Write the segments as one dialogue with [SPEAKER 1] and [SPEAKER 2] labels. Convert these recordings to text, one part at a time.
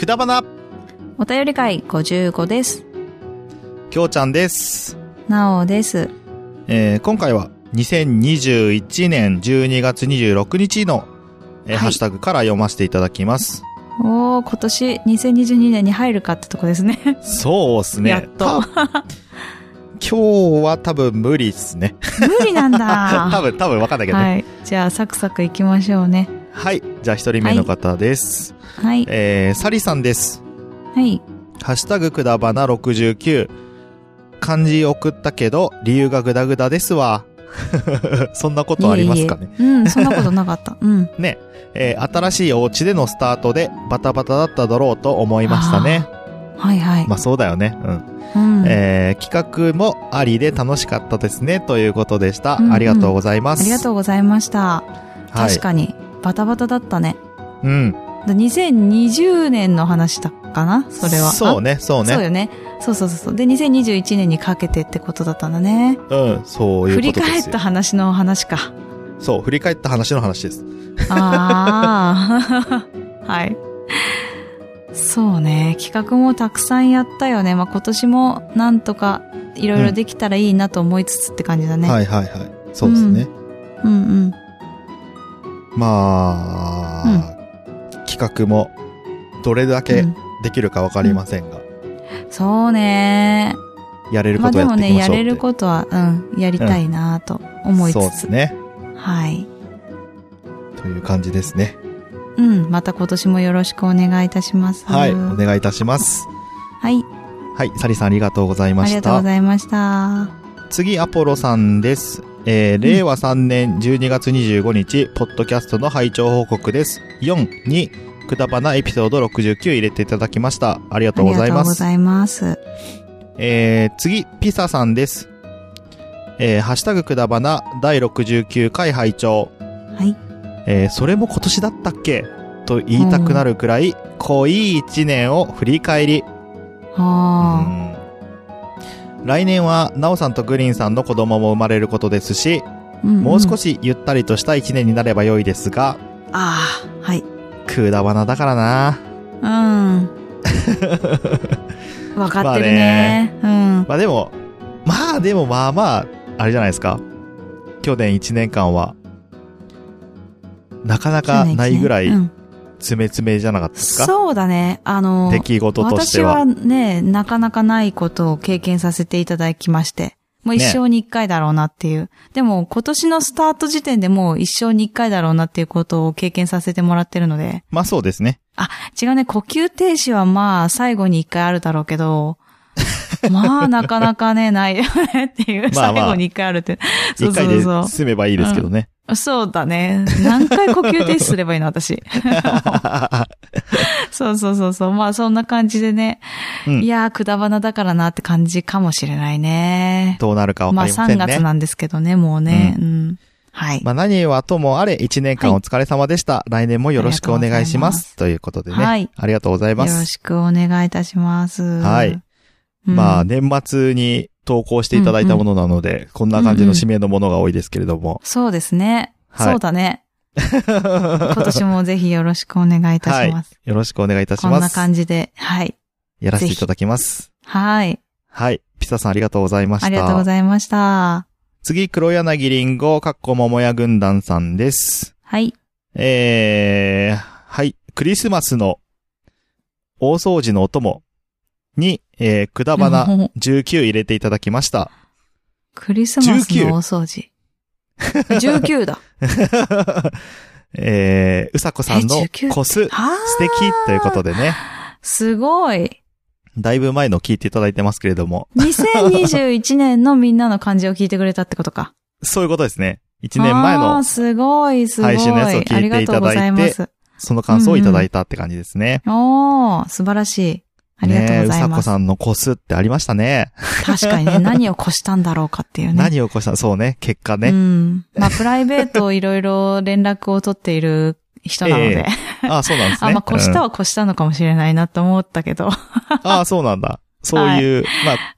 [SPEAKER 1] 枝花
[SPEAKER 2] お便り会55です。
[SPEAKER 1] きょうちゃんです、
[SPEAKER 2] なおです。
[SPEAKER 1] えー今回は2021年12月26日の、えー
[SPEAKER 2] はい
[SPEAKER 1] ハッシュタグから読ませていただきます
[SPEAKER 2] おー、今年2022年に入るかってとこですね。
[SPEAKER 1] そうっすね
[SPEAKER 2] やっと
[SPEAKER 1] た今日は多分無理っすね
[SPEAKER 2] 無理なんだ。
[SPEAKER 1] 多分多分わかんないけどね
[SPEAKER 2] はい。じゃあ、サクサク行きましょうね。
[SPEAKER 1] はい、じゃあ一人目の方です、
[SPEAKER 2] はい。
[SPEAKER 1] えー、サリさんです
[SPEAKER 2] はい。
[SPEAKER 1] ハッシュタグくだばな69。漢字送ったけど、理由がグダグダですわ。 そんなことありますかね。
[SPEAKER 2] いえいえうん、そんなことな かった。うん。
[SPEAKER 1] ね。えー新しいお家でのスタートで、バタバタだっただろうと思いましたね。
[SPEAKER 2] はいはい。
[SPEAKER 1] まあそうだよね。うん。
[SPEAKER 2] うん。
[SPEAKER 1] えー企画もありで楽しかったですね。ということでした。
[SPEAKER 2] うんうん
[SPEAKER 1] ありがとうございます。
[SPEAKER 2] ありがとうございました。
[SPEAKER 1] はい、
[SPEAKER 2] 確かに、バタバタだったね。
[SPEAKER 1] うん。
[SPEAKER 2] で2020年の話だかなそれは。
[SPEAKER 1] そう
[SPEAKER 2] ね。
[SPEAKER 1] ね、そう
[SPEAKER 2] そう
[SPEAKER 1] ね。
[SPEAKER 2] よね。そうそうそうそう。で、2021年にかけてってことだったんだね。
[SPEAKER 1] うん、そういうこと
[SPEAKER 2] 振り
[SPEAKER 1] ですよ。
[SPEAKER 2] 返った話の話か。
[SPEAKER 1] そう、振り返った話の話です。
[SPEAKER 2] ああ。 はい。そうね。企画もたくさんやったよね。まあ、今年もなんとかいろいろできたらいいなと思いつつって感じだね。
[SPEAKER 1] はいはいはい。そうですね。
[SPEAKER 2] うんうん。
[SPEAKER 1] まあ、企画もどれだ
[SPEAKER 2] う
[SPEAKER 1] け
[SPEAKER 2] ん
[SPEAKER 1] できるかわかりませんが、
[SPEAKER 2] そうね。
[SPEAKER 1] やれる
[SPEAKER 2] ま
[SPEAKER 1] こ
[SPEAKER 2] あ
[SPEAKER 1] と
[SPEAKER 2] で
[SPEAKER 1] はやって
[SPEAKER 2] も
[SPEAKER 1] い
[SPEAKER 2] ね、
[SPEAKER 1] きま
[SPEAKER 2] や
[SPEAKER 1] しょうって。
[SPEAKER 2] れることは、うん、やりたいなと思いつ
[SPEAKER 1] そうで
[SPEAKER 2] つ。
[SPEAKER 1] すね。
[SPEAKER 2] はい。
[SPEAKER 1] という感じですね。
[SPEAKER 2] うん、また今年もよろしくお願いいたします。
[SPEAKER 1] はい。お
[SPEAKER 2] は
[SPEAKER 1] 願いいたします。
[SPEAKER 2] い。
[SPEAKER 1] はい。サリさんありがとうございま
[SPEAKER 2] あり
[SPEAKER 1] し
[SPEAKER 2] がとうご
[SPEAKER 1] た。
[SPEAKER 2] ざいました。
[SPEAKER 1] 次、アポロさんです。えー、令和3年12月25日、ポッドキャストの拝聴報告です。4に、くだばなエピソード69入れていただきました。ありが
[SPEAKER 2] あ
[SPEAKER 1] とう
[SPEAKER 2] り
[SPEAKER 1] ご
[SPEAKER 2] が
[SPEAKER 1] ざい
[SPEAKER 2] とう
[SPEAKER 1] ま
[SPEAKER 2] ご
[SPEAKER 1] す。
[SPEAKER 2] ざいます。
[SPEAKER 1] えー、次、ピサさんです。えー、ハッシュタグくだばな第69回拝聴。
[SPEAKER 2] はい。
[SPEAKER 1] えーそれも今年だったっけと言いたくなるくらい、濃い一年を振り返り。
[SPEAKER 2] あ
[SPEAKER 1] うん来年は、なおさんとグリーンさんの子供も生まれることですし、
[SPEAKER 2] あ、ん
[SPEAKER 1] もう少
[SPEAKER 2] し。
[SPEAKER 1] しゆったりとした一年になれば良いですが、
[SPEAKER 2] ああ、はい。
[SPEAKER 1] くだばなだからな。
[SPEAKER 2] うん。わかってるね。
[SPEAKER 1] まあでも、まあでもまあまあ、あれじゃないですか。去年一年間は、なかな
[SPEAKER 2] うん。
[SPEAKER 1] かないぐらい、
[SPEAKER 2] うん
[SPEAKER 1] 詰め詰めじゃなかったですか、
[SPEAKER 2] そうだね。あの、
[SPEAKER 1] 出来事として
[SPEAKER 2] 私
[SPEAKER 1] は。
[SPEAKER 2] はね、なかなかないことを経験させていただきまして。もう一生に一回だろうなっていう。でも今年のスタート時点でもう一生に一回だろうなっていうことを経験させてもらってるので。
[SPEAKER 1] まあそうですね。
[SPEAKER 2] 違うね、呼吸停止はまあ最後に一回あるだろうけ ど、まあなかなかね、ないよねっていう。
[SPEAKER 1] まあまあ
[SPEAKER 2] 最後に一回あるって。そう
[SPEAKER 1] 一
[SPEAKER 2] そ
[SPEAKER 1] 回
[SPEAKER 2] う
[SPEAKER 1] で
[SPEAKER 2] そう。
[SPEAKER 1] 済めばいいですけどね。
[SPEAKER 2] そうだね。何回呼吸停止すればいい の、私。そうそうそうそう。まあそんな感じでね。
[SPEAKER 1] うん
[SPEAKER 2] いやー、くだばなだからなって感じかもしれないね。
[SPEAKER 1] どうなるかわ
[SPEAKER 2] ま
[SPEAKER 1] か
[SPEAKER 2] あ
[SPEAKER 1] りません
[SPEAKER 2] 3
[SPEAKER 1] ね。
[SPEAKER 2] 月なんですけどね、もうね。うん。はい。
[SPEAKER 1] まあ何はともあれ、1年間
[SPEAKER 2] はい
[SPEAKER 1] お疲れ様でした。来年もよろしくお願いします。ということでね。
[SPEAKER 2] はい
[SPEAKER 1] ありがとうございま
[SPEAKER 2] よろ
[SPEAKER 1] す。
[SPEAKER 2] しくお願いいたします。
[SPEAKER 1] はい
[SPEAKER 2] うん。
[SPEAKER 1] まあ年末に投稿していただいたものなので、こんな感じの指名のものが多いですけれども。
[SPEAKER 2] そうですね。
[SPEAKER 1] はい
[SPEAKER 2] そうだね。今年もぜひよろしくお願いいたします。
[SPEAKER 1] よろしくお願いいたし
[SPEAKER 2] こん
[SPEAKER 1] ま
[SPEAKER 2] な
[SPEAKER 1] す。
[SPEAKER 2] 感じで。はい。
[SPEAKER 1] やらせていただきます。
[SPEAKER 2] はい。
[SPEAKER 1] はい。ピサさんありがとうございました。
[SPEAKER 2] ありがとうございました。
[SPEAKER 1] 次、黒柳りんご、かっこももや軍団さんです。
[SPEAKER 2] はい。
[SPEAKER 1] えー、はい、クリスマスの大掃除のお供に、えー、くだばな19入れていただきました。
[SPEAKER 2] クリスマスの大掃除。19だ。
[SPEAKER 1] えー、うさこさんの
[SPEAKER 2] え19
[SPEAKER 1] コス、素
[SPEAKER 2] は
[SPEAKER 1] 敵ということ
[SPEAKER 2] で。
[SPEAKER 1] でね、
[SPEAKER 2] すごい。
[SPEAKER 1] だいぶ前の聞いていただいてますけれども、
[SPEAKER 2] 2021年のみんなの感じを聞いてくれたってことか。
[SPEAKER 1] そういうことですね。1年前
[SPEAKER 2] あー
[SPEAKER 1] の
[SPEAKER 2] すごい、すごい。
[SPEAKER 1] 配信のやつを聞いていただいて
[SPEAKER 2] ありがとうございます。
[SPEAKER 1] その感想をいただいたって感じですね。
[SPEAKER 2] おー、素晴らしい。ありがとうござい
[SPEAKER 1] ねえうさ
[SPEAKER 2] ま
[SPEAKER 1] こ
[SPEAKER 2] す。
[SPEAKER 1] さんのコスってありましたね。
[SPEAKER 2] 確かに ね、何を越したんだろうかっていうね。
[SPEAKER 1] 何を起こしたそうね、結果
[SPEAKER 2] う
[SPEAKER 1] ね。
[SPEAKER 2] ん。まあ、プライベートをいろいろ連絡を取っている人なので。
[SPEAKER 1] ええああ、そうなんですね。
[SPEAKER 2] あ、まあ、越し
[SPEAKER 1] うん
[SPEAKER 2] たは越したのかもしれないなと思ったけど。はい
[SPEAKER 1] ああ、そうなんだ。そういう、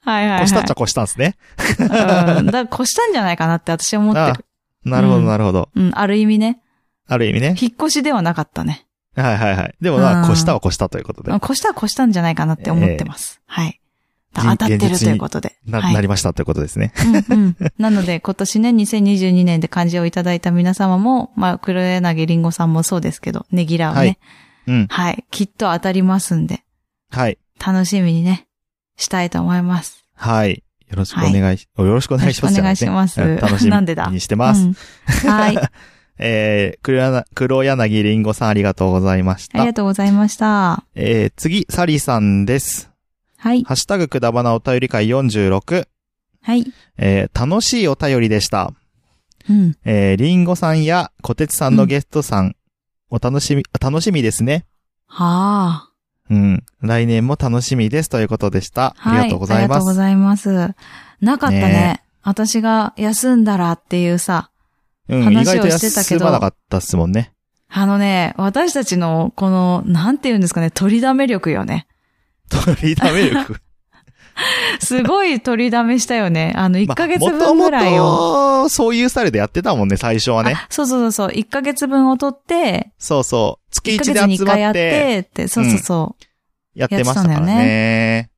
[SPEAKER 1] ま
[SPEAKER 2] はい、は
[SPEAKER 1] あ、
[SPEAKER 2] い。
[SPEAKER 1] 越したっちゃ越したんですね。
[SPEAKER 2] うん。だから越したんじゃないかなって私は思ってる。
[SPEAKER 1] なるほど、
[SPEAKER 2] うん
[SPEAKER 1] なるほど。
[SPEAKER 2] うん、ある意味ね。
[SPEAKER 1] ある意味ね。
[SPEAKER 2] 引っ越しではなかったね。
[SPEAKER 1] はいはいはい。でもま
[SPEAKER 2] う
[SPEAKER 1] あ、
[SPEAKER 2] ん
[SPEAKER 1] 越したは越したということで。
[SPEAKER 2] 越したは越したんじゃないかなって思ってます。はい。
[SPEAKER 1] 人
[SPEAKER 2] 当たってるということで。
[SPEAKER 1] な、
[SPEAKER 2] はい
[SPEAKER 1] なりましたということですね。
[SPEAKER 2] うんうんなので、今年ね、2022年で漢字をいただいた皆様も、まあ、黒柳りんごさんもそうですけど、ねぎらをね、
[SPEAKER 1] うん。
[SPEAKER 2] はい、きっと当たりますんで、
[SPEAKER 1] はい。
[SPEAKER 2] 楽しみにね、したいと思います。
[SPEAKER 1] はい。よろしくお願いし、よろしくお願いしますじゃなね。
[SPEAKER 2] よろしくお願いします
[SPEAKER 1] うん楽しみ
[SPEAKER 2] なんでだ
[SPEAKER 1] にしてます。
[SPEAKER 2] うん はい。あ
[SPEAKER 1] えー、黒柳黒柳りんごさんありがとうございまし
[SPEAKER 2] り
[SPEAKER 1] た
[SPEAKER 2] が。とうございました。
[SPEAKER 1] えー、次、サリさんです。
[SPEAKER 2] はい。
[SPEAKER 1] ハッシュタグくだばなお便り会46。
[SPEAKER 2] はい。
[SPEAKER 1] えー、楽しいお便りでした。
[SPEAKER 2] うん。
[SPEAKER 1] えー、りんごさんやこてつさんのゲストさん、お楽しみ、楽しみですね。
[SPEAKER 2] はあ。
[SPEAKER 1] うん。来年も楽しみですということでした。
[SPEAKER 2] はい。
[SPEAKER 1] ありがとうござい
[SPEAKER 2] あり
[SPEAKER 1] ま
[SPEAKER 2] がとうご
[SPEAKER 1] す。
[SPEAKER 2] ざいます。なかったね。
[SPEAKER 1] ね
[SPEAKER 2] 私が休んだらっていうさ、
[SPEAKER 1] うん、意
[SPEAKER 2] 話
[SPEAKER 1] 外
[SPEAKER 2] を
[SPEAKER 1] と
[SPEAKER 2] してたけ
[SPEAKER 1] 休
[SPEAKER 2] ど
[SPEAKER 1] まなかったっすもんね。
[SPEAKER 2] あのね、私たちの、この、なんて言うんですかね、取りだめ力よね。
[SPEAKER 1] 取りだめ力。
[SPEAKER 2] すごい取りだめしたよね。あの、1ヶ月
[SPEAKER 1] まあ
[SPEAKER 2] 分ぐら
[SPEAKER 1] も
[SPEAKER 2] いを。
[SPEAKER 1] ともと、そういうスタイルでやってたもんね、最初はね。
[SPEAKER 2] あそうそうそうそう、1ヶ月分を取って、
[SPEAKER 1] そうそう。月
[SPEAKER 2] 1ヶ
[SPEAKER 1] 1
[SPEAKER 2] 月
[SPEAKER 1] で
[SPEAKER 2] に
[SPEAKER 1] 集
[SPEAKER 2] 1
[SPEAKER 1] ま
[SPEAKER 2] 回や
[SPEAKER 1] っ、
[SPEAKER 2] ってて、って、そうそうそう。
[SPEAKER 1] やってましたからね。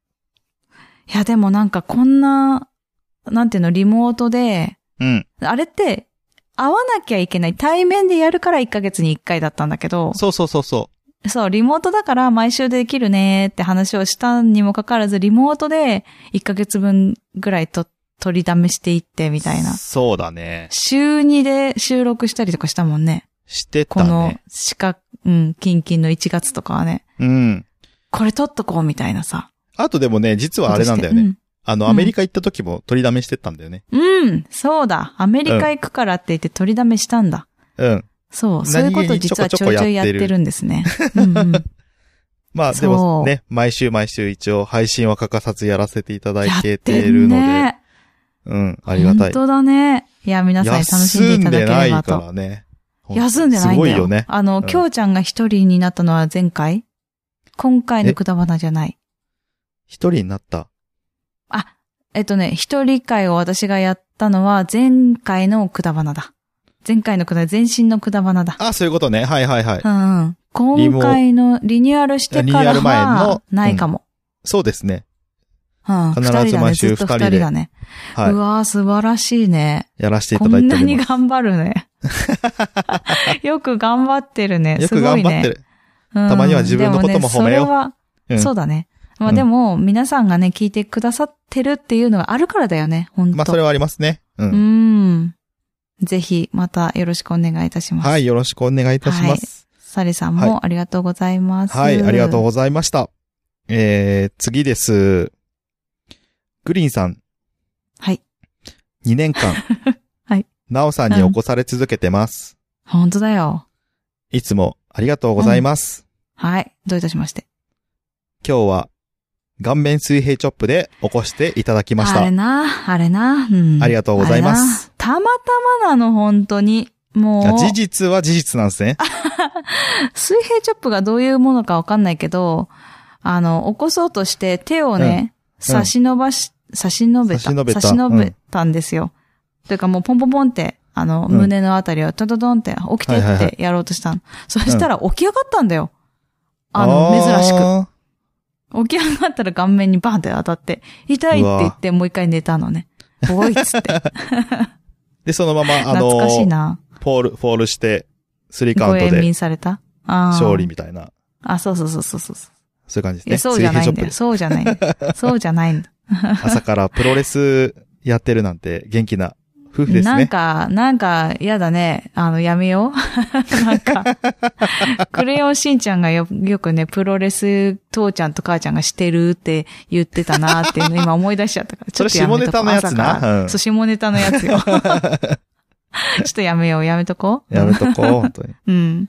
[SPEAKER 2] いや、でもなんかこんな、なんていうの、リモートで、
[SPEAKER 1] うん。
[SPEAKER 2] あれって、会わなきゃいけない。対面でやるから1ヶ月に1回だったんだけど、
[SPEAKER 1] そうそうそうそ
[SPEAKER 2] そう、リモートだから毎週できるねーって話をしたにもかかわらず、リモートで1ヶ月分ぐらいと取りだめしていってみ
[SPEAKER 1] う。
[SPEAKER 2] たいな。
[SPEAKER 1] そうだね。
[SPEAKER 2] 週2で収録したりとかしたもんね。
[SPEAKER 1] して
[SPEAKER 2] こ
[SPEAKER 1] た
[SPEAKER 2] の
[SPEAKER 1] ね。、
[SPEAKER 2] 四角、うん、キンキンの1月とかはね。
[SPEAKER 1] うん。
[SPEAKER 2] これ取っとこうみたいなさ。
[SPEAKER 1] あとでもね、実はあれなんだよね。あの、
[SPEAKER 2] うん
[SPEAKER 1] アメリカ行った時も取りだめしてたんだよね。
[SPEAKER 2] うん。うん、そうだ。アメリカ行くからって言って取りだめしたんだ。
[SPEAKER 1] うん。
[SPEAKER 2] そう、そういうこと実
[SPEAKER 1] 何
[SPEAKER 2] は
[SPEAKER 1] 気にちょこち
[SPEAKER 2] ち
[SPEAKER 1] ょ
[SPEAKER 2] ょ
[SPEAKER 1] こ
[SPEAKER 2] い
[SPEAKER 1] や
[SPEAKER 2] ち
[SPEAKER 1] っ
[SPEAKER 2] ょ
[SPEAKER 1] てる
[SPEAKER 2] いやってるんですね。うんうん、
[SPEAKER 1] まあ、で
[SPEAKER 2] そ
[SPEAKER 1] も
[SPEAKER 2] う
[SPEAKER 1] ね、毎週毎週一応配信は欠かさず やらせていただ
[SPEAKER 2] やっ
[SPEAKER 1] い
[SPEAKER 2] て
[SPEAKER 1] ているので、
[SPEAKER 2] ね。
[SPEAKER 1] うん、ありがたい
[SPEAKER 2] 本。当だね。いや、皆さんに楽しんでいただけれ
[SPEAKER 1] 休んでな
[SPEAKER 2] ば
[SPEAKER 1] いか
[SPEAKER 2] と。
[SPEAKER 1] らね。
[SPEAKER 2] 休んでないんだよ。
[SPEAKER 1] すごいよね。
[SPEAKER 2] あの、
[SPEAKER 1] ん
[SPEAKER 2] きょうちゃんが一人になったのは前回今回のくだばなじゃない。
[SPEAKER 1] 一人になった。
[SPEAKER 2] あ、えっとね、一人会を私がやったのは前回のくだばなだ。前回のくだ、前身のくだばなだ。
[SPEAKER 1] あ、そういうことね。はいはいはい。
[SPEAKER 2] うんうん。今回のリニューアルして
[SPEAKER 1] リニュ
[SPEAKER 2] か
[SPEAKER 1] ーア
[SPEAKER 2] ら
[SPEAKER 1] ル前の
[SPEAKER 2] はないかも。
[SPEAKER 1] そうですね。
[SPEAKER 2] うん。
[SPEAKER 1] 必ず
[SPEAKER 2] 二人だね
[SPEAKER 1] 毎週
[SPEAKER 2] ずっと
[SPEAKER 1] 二人で
[SPEAKER 2] だね。
[SPEAKER 1] は
[SPEAKER 2] う
[SPEAKER 1] い。
[SPEAKER 2] わー、素晴らしいね。
[SPEAKER 1] やらせてい
[SPEAKER 2] こ
[SPEAKER 1] ただい
[SPEAKER 2] ん
[SPEAKER 1] てお
[SPEAKER 2] な
[SPEAKER 1] り
[SPEAKER 2] に
[SPEAKER 1] ます。
[SPEAKER 2] 頑張 るね。よく頑張ってるね。
[SPEAKER 1] よ
[SPEAKER 2] す
[SPEAKER 1] く
[SPEAKER 2] ご
[SPEAKER 1] 頑
[SPEAKER 2] い
[SPEAKER 1] 張って
[SPEAKER 2] ね。
[SPEAKER 1] る。
[SPEAKER 2] うん
[SPEAKER 1] たまには自分のことも褒めよう
[SPEAKER 2] でねそれ
[SPEAKER 1] うん
[SPEAKER 2] は、そうだね。ま
[SPEAKER 1] う
[SPEAKER 2] あ
[SPEAKER 1] ん
[SPEAKER 2] でも、皆さんがね、聞いてくださってるっていうのがあるからだよね、本当
[SPEAKER 1] まあ、それはありますね。う。
[SPEAKER 2] うんん。ぜひ、またよろしくお願いいたします。
[SPEAKER 1] はい、よろしくお願いいたします。
[SPEAKER 2] サリさん
[SPEAKER 1] はい
[SPEAKER 2] もありがとうございます。
[SPEAKER 1] はい、ありがとう
[SPEAKER 2] う。
[SPEAKER 1] ございました。えー、次です。グリーンさん。
[SPEAKER 2] はい。
[SPEAKER 1] 2年間。
[SPEAKER 2] はい。
[SPEAKER 1] なおさんに起こされ続けてます。
[SPEAKER 2] 本当だよ。
[SPEAKER 1] いつもありがとうございます。
[SPEAKER 2] はい。どういたしまして。
[SPEAKER 1] 今日は、顔面水平チョップで起こしていただきまし
[SPEAKER 2] あ
[SPEAKER 1] た
[SPEAKER 2] れ。な、あれな、うん。
[SPEAKER 1] ありがとうございます
[SPEAKER 2] あれな。たまたまなの、本当に。もう、
[SPEAKER 1] 事実は事実なんですね。
[SPEAKER 2] 水平チョップがどういうものかわかんないけど、あの、起こそうとして手を
[SPEAKER 1] うん
[SPEAKER 2] ね、差し伸ばし、差し伸べた。
[SPEAKER 1] 差し伸べた
[SPEAKER 2] たんですよ。というかもうポンポンポンって、あの、
[SPEAKER 1] うん
[SPEAKER 2] 胸のあたりをトントントンって起きて
[SPEAKER 1] はいはいは
[SPEAKER 2] っ
[SPEAKER 1] い
[SPEAKER 2] てやろうとしたの。そしたら起き上がったんだよ。あの、珍しく。
[SPEAKER 1] あ
[SPEAKER 2] 起き上がったら顔面にバンって当たって、痛いって言ってもう一回寝たのね。おいっつって。
[SPEAKER 1] ー。で、そのまま、あ
[SPEAKER 2] 懐
[SPEAKER 1] の
[SPEAKER 2] かしい、な。
[SPEAKER 1] フォール、フォールして、スリーカ
[SPEAKER 2] ご
[SPEAKER 1] ウント
[SPEAKER 2] 縁
[SPEAKER 1] で
[SPEAKER 2] 民された。ああ。
[SPEAKER 1] 勝利みたいな、
[SPEAKER 2] あ、そうそうそうそうそう。
[SPEAKER 1] そういう感じ
[SPEAKER 2] いや、
[SPEAKER 1] ですね。
[SPEAKER 2] そうじゃないん
[SPEAKER 1] 水
[SPEAKER 2] だよ。
[SPEAKER 1] 平チ
[SPEAKER 2] そうじゃないんだよ。 そうじゃないんだ。
[SPEAKER 1] ョ ップで。朝からプロレスやってるなんて元気な夫婦です
[SPEAKER 2] なん
[SPEAKER 1] ね。
[SPEAKER 2] か、なんか、やだね。あの、やめよう。 なんか、クレヨンしんちゃんがよ、よくね、プロレス、父ちゃんと母ちゃんがしてるって言ってたなって いうの今思い出しちゃったから。ちょっとやめと
[SPEAKER 1] そ
[SPEAKER 2] こう
[SPEAKER 1] れ下ネタのやつな
[SPEAKER 2] 朝から
[SPEAKER 1] うん
[SPEAKER 2] そう、下ネタのやつ よ。ちょっとやめよう、やめとこう。
[SPEAKER 1] やめとこう、本当に。
[SPEAKER 2] うん。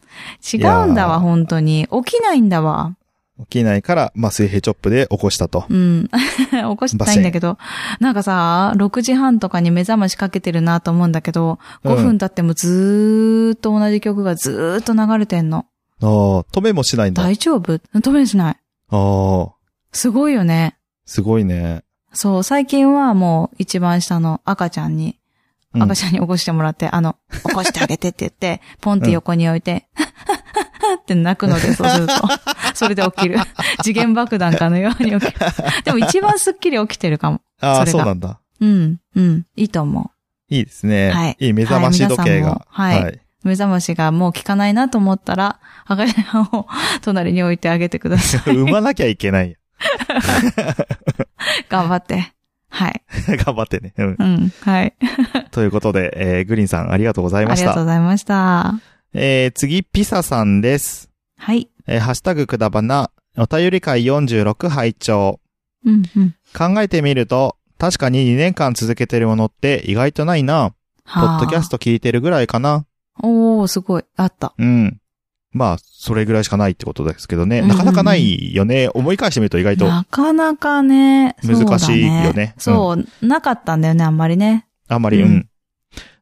[SPEAKER 2] 違うんだわ、本当に。起きないんだわ。
[SPEAKER 1] 起きないから、まあ、水平チョップで起こしたと。
[SPEAKER 2] うん。 起こしたいんだけど、なんかさ、6時半とかに目覚ましかけてるなと思うんだけど、
[SPEAKER 1] うん
[SPEAKER 2] 5分経ってもずーっと同じ曲がずーっと流れてんの。
[SPEAKER 1] ああ、止めもしないんだ。あ
[SPEAKER 2] 大丈夫止めしない。
[SPEAKER 1] あ、
[SPEAKER 2] すごいよね。
[SPEAKER 1] すごいね。
[SPEAKER 2] そう、最近はもう一番下の赤ちゃんに、
[SPEAKER 1] うん
[SPEAKER 2] 赤ちゃんに起こしてもらって、あの、起こしてあげてって言って、ポンって横に置いて、って泣くので、そうすると。 それで起きる。次元爆弾かのように起きる。でも一番スッキリ起きてるかも。
[SPEAKER 1] ああ、
[SPEAKER 2] それが
[SPEAKER 1] そうなんだ。
[SPEAKER 2] うん、うん、いいと思
[SPEAKER 1] いいですね。
[SPEAKER 2] はい
[SPEAKER 1] い目覚まし時計が。
[SPEAKER 2] はい皆さんもはいう。目覚ましがもう効かないなと思ったら、赤ちゃんを隣に置いてあげてく ださい。
[SPEAKER 1] 産まなきゃいけない。
[SPEAKER 2] 頑張って。はい。
[SPEAKER 1] 頑張ってね。うん
[SPEAKER 2] うん、はい。
[SPEAKER 1] ということで、えーグリーンさんありがとうござい
[SPEAKER 2] あ
[SPEAKER 1] まし
[SPEAKER 2] りがと
[SPEAKER 1] た。
[SPEAKER 2] うございました。
[SPEAKER 1] えー次、ピサさんです。
[SPEAKER 2] はい。
[SPEAKER 1] えーハッシュタグくだばな、お便り会46拝聴
[SPEAKER 2] うん、うん。
[SPEAKER 1] 考えてみると、確かに2年間続けてるものって意外とないな。ポ
[SPEAKER 2] はあ
[SPEAKER 1] ッドキャスト聞いてるぐらいかな。
[SPEAKER 2] おー、すごい。あった。
[SPEAKER 1] うん。まあ、それぐらいしかないってことですけどね。
[SPEAKER 2] うんうん
[SPEAKER 1] なかなかないよね。思い返してみると意外と。
[SPEAKER 2] なかなかね、そうだね
[SPEAKER 1] 難しいよね
[SPEAKER 2] そう、なかったんだよね、あんまりね。
[SPEAKER 1] あんまり、う
[SPEAKER 2] うんん。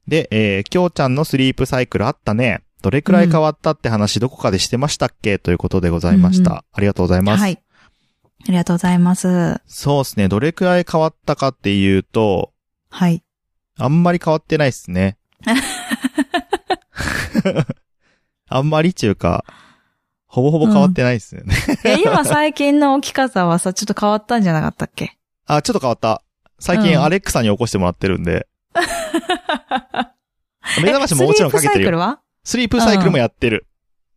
[SPEAKER 1] で、えー、きょうちゃんのスリープサイクルあったね。どれくらい変わったって話どこかでしてましたっけということでございました。
[SPEAKER 2] うん
[SPEAKER 1] ありがとうございます。
[SPEAKER 2] はい。ありがとうございます。
[SPEAKER 1] そうですね。どれくらい変わったかっていうと、
[SPEAKER 2] はい。
[SPEAKER 1] あんまり変わってないです ね。あんまりっていうか、ほぼほぼ変わってないですよね。
[SPEAKER 2] え、今最近の起き方はさ、ちょっと変わったんじゃなかったっけ
[SPEAKER 1] あ、ちょっと変わった。最
[SPEAKER 2] う
[SPEAKER 1] 近
[SPEAKER 2] ん
[SPEAKER 1] アレックサに起こしてもらってるん で。 目覚ましももちろんかけて
[SPEAKER 2] えスリープサイ
[SPEAKER 1] る
[SPEAKER 2] クル
[SPEAKER 1] よ。
[SPEAKER 2] は
[SPEAKER 1] スリープサイクルもやってる。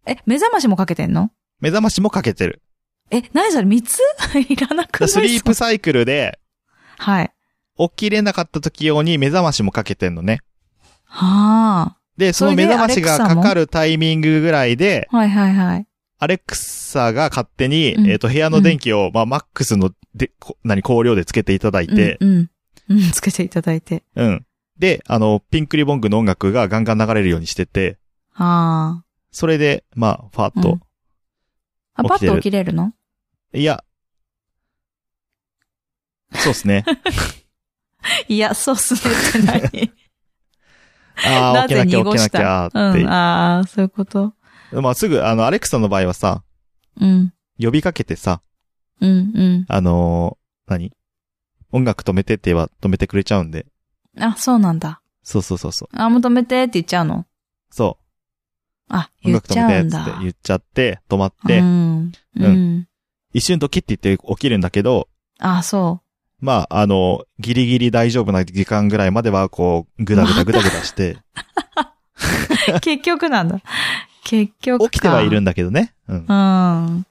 [SPEAKER 2] え、目覚ましもかけてんの
[SPEAKER 1] 目覚ましもかけてる。
[SPEAKER 2] え、何それ ?3 つ いらなくない
[SPEAKER 1] スリープサイクルで、
[SPEAKER 2] はい。
[SPEAKER 1] 起きれなかった時用に目覚ましもかけてんのね。
[SPEAKER 2] はあ。
[SPEAKER 1] で、その
[SPEAKER 2] それ
[SPEAKER 1] 目
[SPEAKER 2] で
[SPEAKER 1] 覚ましが
[SPEAKER 2] アレクサ
[SPEAKER 1] か
[SPEAKER 2] も
[SPEAKER 1] かるタイミングぐらいで、
[SPEAKER 2] はいはいはい。
[SPEAKER 1] アレックサが勝手に、
[SPEAKER 2] うん
[SPEAKER 1] えっ、と、部屋の電気を、まあ、マックスの、で、こ何、光量でつけていただいて、
[SPEAKER 2] うん、うん。うん、 つけていただいて。
[SPEAKER 1] うん、で、あの、ピンクリボングの音楽がガンガン流れるようにしてて、
[SPEAKER 2] は
[SPEAKER 1] それで、まあ、ファーッと、
[SPEAKER 2] あ。あ、
[SPEAKER 1] 起
[SPEAKER 2] パ
[SPEAKER 1] きて
[SPEAKER 2] ッ
[SPEAKER 1] る
[SPEAKER 2] と起きれるの
[SPEAKER 1] いや、そうです ね。
[SPEAKER 2] いや、そうっす ねって何
[SPEAKER 1] ああ、
[SPEAKER 2] な
[SPEAKER 1] 起きなきゃ
[SPEAKER 2] ぜ
[SPEAKER 1] 起き
[SPEAKER 2] 濁
[SPEAKER 1] な
[SPEAKER 2] し
[SPEAKER 1] きゃ
[SPEAKER 2] た
[SPEAKER 1] って、
[SPEAKER 2] うん、ああ、そういうこと。
[SPEAKER 1] まあ、すぐ、あの、アレックサの場合はさ、
[SPEAKER 2] うん、
[SPEAKER 1] 呼びかけてさ、
[SPEAKER 2] うん、うん。
[SPEAKER 1] あのー何音楽止めてって言えば止めてくれちゃうんで。
[SPEAKER 2] あ、そうなんだ。
[SPEAKER 1] そうそうそうそう。
[SPEAKER 2] あ、もう止めてって言っちゃうの
[SPEAKER 1] そ
[SPEAKER 2] あ、
[SPEAKER 1] う。音
[SPEAKER 2] 言っ
[SPEAKER 1] 楽
[SPEAKER 2] ち
[SPEAKER 1] 止
[SPEAKER 2] ゃう
[SPEAKER 1] めて
[SPEAKER 2] ん
[SPEAKER 1] っつ
[SPEAKER 2] だ
[SPEAKER 1] って。言っちゃって、止まって、
[SPEAKER 2] うん。
[SPEAKER 1] う
[SPEAKER 2] うん。
[SPEAKER 1] 一瞬ドキって言って起きるんだけど、
[SPEAKER 2] あ、そ
[SPEAKER 1] まあ、あの、ギリギリ大丈夫な時間ぐらいまでは、こう、ぐだぐだぐだぐだして、
[SPEAKER 2] う。結局なんだ。結局か。
[SPEAKER 1] 起きてはいるんだけどね。うん。
[SPEAKER 2] うん。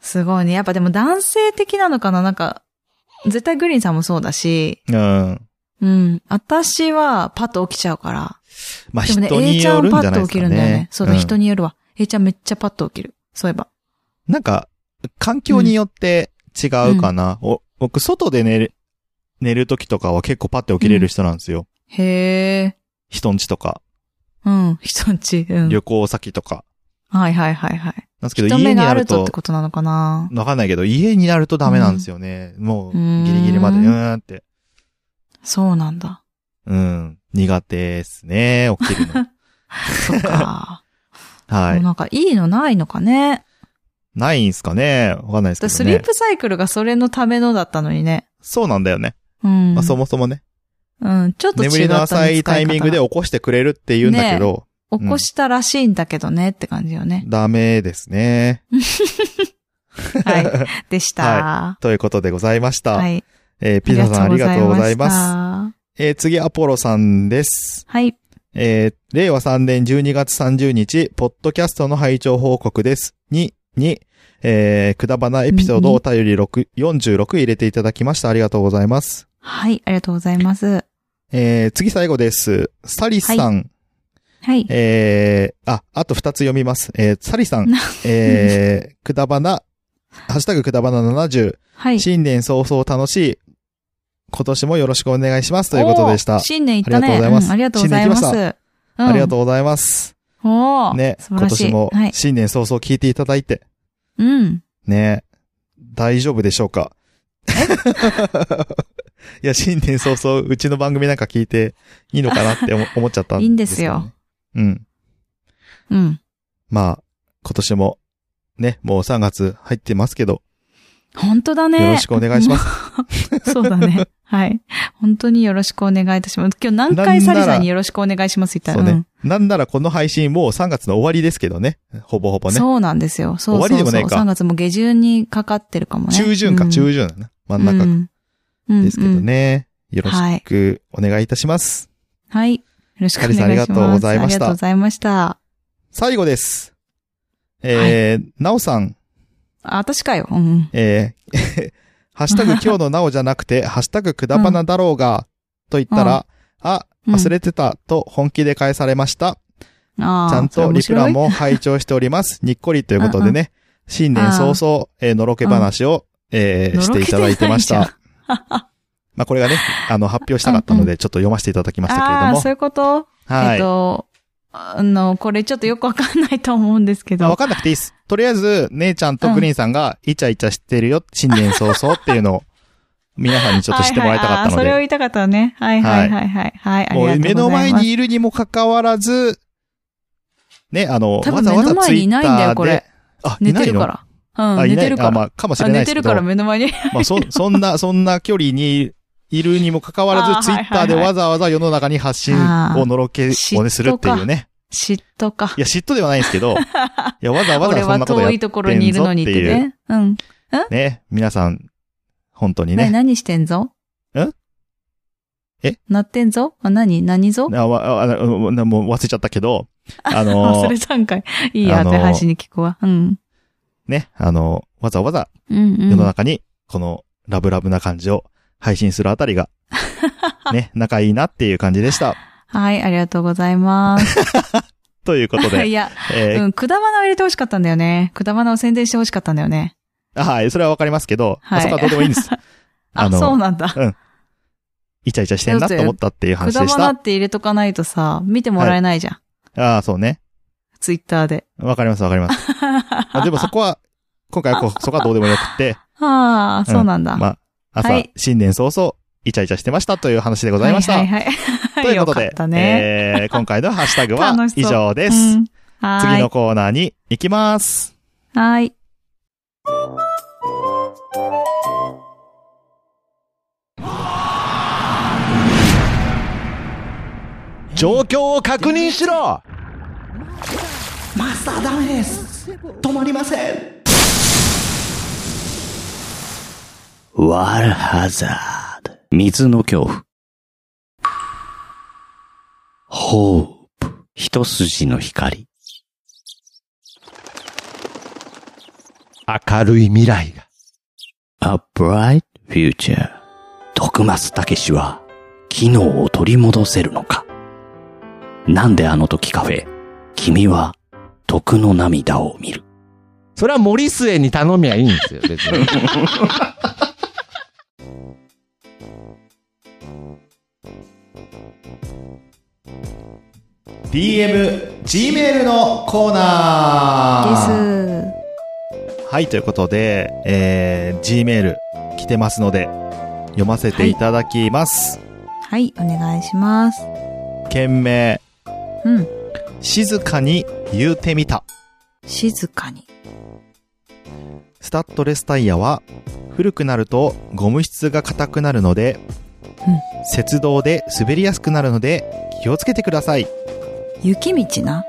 [SPEAKER 2] すごいね。やっぱでも男性的なのかななんか、絶対グリーンさんもそうだし、
[SPEAKER 1] うん。
[SPEAKER 2] うん。私はパッと起きちゃうから。
[SPEAKER 1] まあ、
[SPEAKER 2] でも
[SPEAKER 1] 人
[SPEAKER 2] ね、
[SPEAKER 1] に
[SPEAKER 2] A ちゃ
[SPEAKER 1] よ
[SPEAKER 2] ん
[SPEAKER 1] る
[SPEAKER 2] パ
[SPEAKER 1] んじゃ
[SPEAKER 2] ッ
[SPEAKER 1] ない
[SPEAKER 2] と
[SPEAKER 1] で
[SPEAKER 2] 起
[SPEAKER 1] すかね。
[SPEAKER 2] きるんだよね。そうだ、
[SPEAKER 1] ん
[SPEAKER 2] 人によるわ。A ちゃんめっちゃパッと起きる。そういえば。
[SPEAKER 1] なんか、環境によって違うかな。お僕、外で寝る、寝る時とかは結構パッて起きれる人なんですよ。
[SPEAKER 2] へえ。
[SPEAKER 1] 人んちとか、
[SPEAKER 2] うん。人んち。うん。
[SPEAKER 1] 旅行先とか。
[SPEAKER 2] はいはいはいは
[SPEAKER 1] な
[SPEAKER 2] い。
[SPEAKER 1] んですけど、
[SPEAKER 2] 人
[SPEAKER 1] 家
[SPEAKER 2] 目
[SPEAKER 1] に
[SPEAKER 2] が
[SPEAKER 1] な
[SPEAKER 2] あ
[SPEAKER 1] る
[SPEAKER 2] ると
[SPEAKER 1] と
[SPEAKER 2] って、ことなのかな
[SPEAKER 1] わかんないけど、家になるとダメなんですよね。もう、
[SPEAKER 2] うーん
[SPEAKER 1] ギリギリまで、うーんって。
[SPEAKER 2] そうなんだ。
[SPEAKER 1] うん。苦手ですね、起きる の。
[SPEAKER 2] そっか。
[SPEAKER 1] は
[SPEAKER 2] もう
[SPEAKER 1] い。
[SPEAKER 2] なんかいいのないのかね。
[SPEAKER 1] ないんすかねわかんないですけ
[SPEAKER 2] だ
[SPEAKER 1] ど
[SPEAKER 2] スリ
[SPEAKER 1] ね
[SPEAKER 2] ー。プサイクルがそれのためのだったのにね。
[SPEAKER 1] そうなんだよね。
[SPEAKER 2] うん。
[SPEAKER 1] まあ、そもそもね。
[SPEAKER 2] うん。ちょっと違った
[SPEAKER 1] 眠りの浅
[SPEAKER 2] ね
[SPEAKER 1] いタイミングで
[SPEAKER 2] 使い
[SPEAKER 1] 起こしてくれるって言うんだけど、
[SPEAKER 2] 方が起こしたらしいんだけどねって感じよね。
[SPEAKER 1] ダメですね。
[SPEAKER 2] はい。でした。
[SPEAKER 1] ということでございました。
[SPEAKER 2] はい。
[SPEAKER 1] えーピザさんありがとうございます。
[SPEAKER 2] す。
[SPEAKER 1] えー次、アポロさんです。
[SPEAKER 2] はい。
[SPEAKER 1] えー令和3年12月30日、ポッドキャストの拝聴報告です。に、に、えー、くだばなエピソードお便り6 46入れていただきました。ありがとうございます。
[SPEAKER 2] はい。ありがとうございます。
[SPEAKER 1] えー、次最後です。サリさん、
[SPEAKER 2] はい。
[SPEAKER 1] えー、あ、あと2つ読みます。えー、サリさん
[SPEAKER 2] な、
[SPEAKER 1] え ー、くだばな、ハッシュタグくだばな70、
[SPEAKER 2] はい。
[SPEAKER 1] 新年早々楽しい、今年もよろしくお願いしますということでした
[SPEAKER 2] おー。新年行ったね。うん
[SPEAKER 1] あ
[SPEAKER 2] あ
[SPEAKER 1] り
[SPEAKER 2] り
[SPEAKER 1] が
[SPEAKER 2] が
[SPEAKER 1] と
[SPEAKER 2] と
[SPEAKER 1] うござ
[SPEAKER 2] うござ
[SPEAKER 1] い
[SPEAKER 2] い
[SPEAKER 1] ま
[SPEAKER 2] ますす。
[SPEAKER 1] ありが
[SPEAKER 2] う
[SPEAKER 1] とうございます。
[SPEAKER 2] ん。おー
[SPEAKER 1] ね、
[SPEAKER 2] 素晴
[SPEAKER 1] 今
[SPEAKER 2] らし
[SPEAKER 1] 年
[SPEAKER 2] い。
[SPEAKER 1] も
[SPEAKER 2] はい。
[SPEAKER 1] 新年早々聞いていただいて、
[SPEAKER 2] うん。
[SPEAKER 1] ね、大丈夫でしょうか いや、新年早々、うちの番組なんか聞いていいのかなって思思っちゃったんですけどね、
[SPEAKER 2] いいんですよ
[SPEAKER 1] うん。
[SPEAKER 2] うん。
[SPEAKER 1] まあ、今年も、ね、もう3月入ってますけど、
[SPEAKER 2] 本当だね。
[SPEAKER 1] よろしくお願いします。
[SPEAKER 2] そうだね。はい。本当によろしくお願いいたします。今日何回サリさんによろしくお願いしますって言っ
[SPEAKER 1] そ
[SPEAKER 2] た
[SPEAKER 1] う
[SPEAKER 2] ら、
[SPEAKER 1] ね。なんならこの配信もう3月の終わりですけどね。ほぼほぼ
[SPEAKER 2] うん
[SPEAKER 1] ね。
[SPEAKER 2] そうなんですよ。そうそうそう
[SPEAKER 1] 終わりでもないか
[SPEAKER 2] 3月も下旬にかかってるかもね。
[SPEAKER 1] 中旬か、
[SPEAKER 2] うん
[SPEAKER 1] 中旬だな。真ん中か
[SPEAKER 2] うん
[SPEAKER 1] ですけど。ね。よろ
[SPEAKER 2] は
[SPEAKER 1] し
[SPEAKER 2] い
[SPEAKER 1] くお願いいたします。
[SPEAKER 2] うんはい。よろしくお願いします。
[SPEAKER 1] カリさんありがとうございました
[SPEAKER 2] ありがとうございました。
[SPEAKER 1] 最後です。えー、なおさん、
[SPEAKER 2] あ、私かよ。うん。
[SPEAKER 1] えー、 ハッシュタ グ今日のなおじゃなくて、ハッシュタグくだばなだろうが、と言ったら、あ、
[SPEAKER 2] うん
[SPEAKER 1] 忘れてた、と本気で返されました。
[SPEAKER 2] ああ。
[SPEAKER 1] ちゃん
[SPEAKER 2] それ
[SPEAKER 1] と
[SPEAKER 2] 面
[SPEAKER 1] リプ
[SPEAKER 2] 白
[SPEAKER 1] ラ
[SPEAKER 2] い
[SPEAKER 1] ン。も拝聴しております。 にっこりということでね、新年早々、えーのろけ話を、えー
[SPEAKER 2] の
[SPEAKER 1] し
[SPEAKER 2] ろ
[SPEAKER 1] てい
[SPEAKER 2] け
[SPEAKER 1] ただいてまし
[SPEAKER 2] じゃん
[SPEAKER 1] た。。まあこれがね、あの、発表したかったので、ちょっと読ませていただきましたけれど
[SPEAKER 2] ああー、
[SPEAKER 1] も
[SPEAKER 2] そう。いうこと
[SPEAKER 1] は
[SPEAKER 2] えっ
[SPEAKER 1] い。
[SPEAKER 2] と、あの、これちょっとよくわかんないと思うんですけ
[SPEAKER 1] まあわ
[SPEAKER 2] ど。
[SPEAKER 1] かんなくていいです。とりあえず、姉ちゃんとグリーンさんが、イチャイチャしてるよ、新年早々っていうのを、皆さんにちょっと知ってもらいたかったの
[SPEAKER 2] はいはいあーそれを
[SPEAKER 1] で。
[SPEAKER 2] 言いたかったね。はいはいはいはい。はい、あり
[SPEAKER 1] も
[SPEAKER 2] が
[SPEAKER 1] う
[SPEAKER 2] とうござ
[SPEAKER 1] 目
[SPEAKER 2] います。
[SPEAKER 1] の前にいるにもかかわらず、ね、あの、
[SPEAKER 2] 多
[SPEAKER 1] わ
[SPEAKER 2] 分
[SPEAKER 1] ざ
[SPEAKER 2] 目
[SPEAKER 1] わ
[SPEAKER 2] の
[SPEAKER 1] ざ
[SPEAKER 2] 前
[SPEAKER 1] ツ
[SPEAKER 2] に
[SPEAKER 1] イ
[SPEAKER 2] い
[SPEAKER 1] ッタ
[SPEAKER 2] ないんだよ
[SPEAKER 1] ー
[SPEAKER 2] これ
[SPEAKER 1] で。あ、
[SPEAKER 2] 寝
[SPEAKER 1] いな
[SPEAKER 2] て
[SPEAKER 1] い
[SPEAKER 2] る
[SPEAKER 1] の
[SPEAKER 2] から。う
[SPEAKER 1] あ
[SPEAKER 2] ん、
[SPEAKER 1] い
[SPEAKER 2] 寝
[SPEAKER 1] ない
[SPEAKER 2] てるか
[SPEAKER 1] あま
[SPEAKER 2] ら。
[SPEAKER 1] あ、かもし
[SPEAKER 2] あ
[SPEAKER 1] れない
[SPEAKER 2] 寝
[SPEAKER 1] です
[SPEAKER 2] て
[SPEAKER 1] け
[SPEAKER 2] る
[SPEAKER 1] ど。
[SPEAKER 2] から目の前に。
[SPEAKER 1] まあ、そ、そんな、そんな距離にいるにもかかわら
[SPEAKER 2] あ
[SPEAKER 1] ず、
[SPEAKER 2] ー
[SPEAKER 1] ツイッターで
[SPEAKER 2] はいはいはい
[SPEAKER 1] わざわざ世の中に発信をのろけをね、するっていうね。
[SPEAKER 2] 嫉妬か
[SPEAKER 1] い。や、嫉妬ではないんです けど、いや、わざわざ
[SPEAKER 2] 俺
[SPEAKER 1] そん
[SPEAKER 2] は
[SPEAKER 1] なことや
[SPEAKER 2] 遠
[SPEAKER 1] っ
[SPEAKER 2] いところにいるのにってね。うん。
[SPEAKER 1] ね、皆さん、本当に
[SPEAKER 2] ね、
[SPEAKER 1] ね。
[SPEAKER 2] 何してんぞ
[SPEAKER 1] んえ
[SPEAKER 2] なってんぞあ、何何ぞ
[SPEAKER 1] あわあのうんもう忘れちゃったけ ど、あの
[SPEAKER 2] 忘れたんかい。いいや、
[SPEAKER 1] あの
[SPEAKER 2] 後で配信に聞くわ。うん。
[SPEAKER 1] ね、あのわざわざ
[SPEAKER 2] うんうん。
[SPEAKER 1] 世の中に、このラブラブな感じを配信するあたり が、ね、仲いいなっていう感じでした。
[SPEAKER 2] はい、ありがとうございます。
[SPEAKER 1] ということ
[SPEAKER 2] い
[SPEAKER 1] で、
[SPEAKER 2] や、
[SPEAKER 1] えー
[SPEAKER 2] うん、くだばなを入れてほしかったんだよね。くだばなを宣伝してほしかったんだよね。
[SPEAKER 1] はい、それはわかりますけど、まあ
[SPEAKER 2] はい
[SPEAKER 1] そこはどうでもいいん です。
[SPEAKER 2] あ、そうなんだ。
[SPEAKER 1] イチャイチャしてんなと思ったっていう
[SPEAKER 2] く
[SPEAKER 1] 話
[SPEAKER 2] だ
[SPEAKER 1] でし
[SPEAKER 2] ばな
[SPEAKER 1] た。
[SPEAKER 2] って入れとかないとさ、見てもらえないじゃん。
[SPEAKER 1] ああ、そうね。
[SPEAKER 2] ツイッターで。
[SPEAKER 1] わかりますわかり ます。まあでもそこは、今回はこうそこはどうでもよくて、
[SPEAKER 2] ああ、そうなんだ。
[SPEAKER 1] まあ、朝、
[SPEAKER 2] はい
[SPEAKER 1] 新年早々、イチャイチャしてましたという話でございました。
[SPEAKER 2] はいはいはい。
[SPEAKER 1] ということ
[SPEAKER 2] よ
[SPEAKER 1] で
[SPEAKER 2] かった、ね。
[SPEAKER 1] えー今回のハッシュタグは
[SPEAKER 2] 楽しそう
[SPEAKER 1] 以上です。
[SPEAKER 2] うんはーい
[SPEAKER 1] 次のコーナーに行きます。
[SPEAKER 2] はい。
[SPEAKER 3] 状況を確認しろ
[SPEAKER 4] マスターダメです止まりませんワールハザード水の恐怖ホープ一筋の光
[SPEAKER 3] 明るい未来が。
[SPEAKER 4] A bright future 徳松たけしは機能を取り戻せるのかなんであの時カフェ君は徳の涙を見る
[SPEAKER 3] それは森末に頼みゃいいんですよ、別に。
[SPEAKER 1] DM、Gmail のコーナー
[SPEAKER 2] です。
[SPEAKER 1] はい、ということで、えー、Gmail 来てますので、読ませていただきます。
[SPEAKER 2] はい、お願いします。
[SPEAKER 1] 件名、
[SPEAKER 2] うん。
[SPEAKER 1] 静かに言うてみた。
[SPEAKER 2] 静かに。
[SPEAKER 1] スタッドレスタイヤは古くなるとゴム質が硬くなるので、
[SPEAKER 2] うん
[SPEAKER 1] 雪道で滑りやすくなるので気をつけてください。
[SPEAKER 2] 雪道な。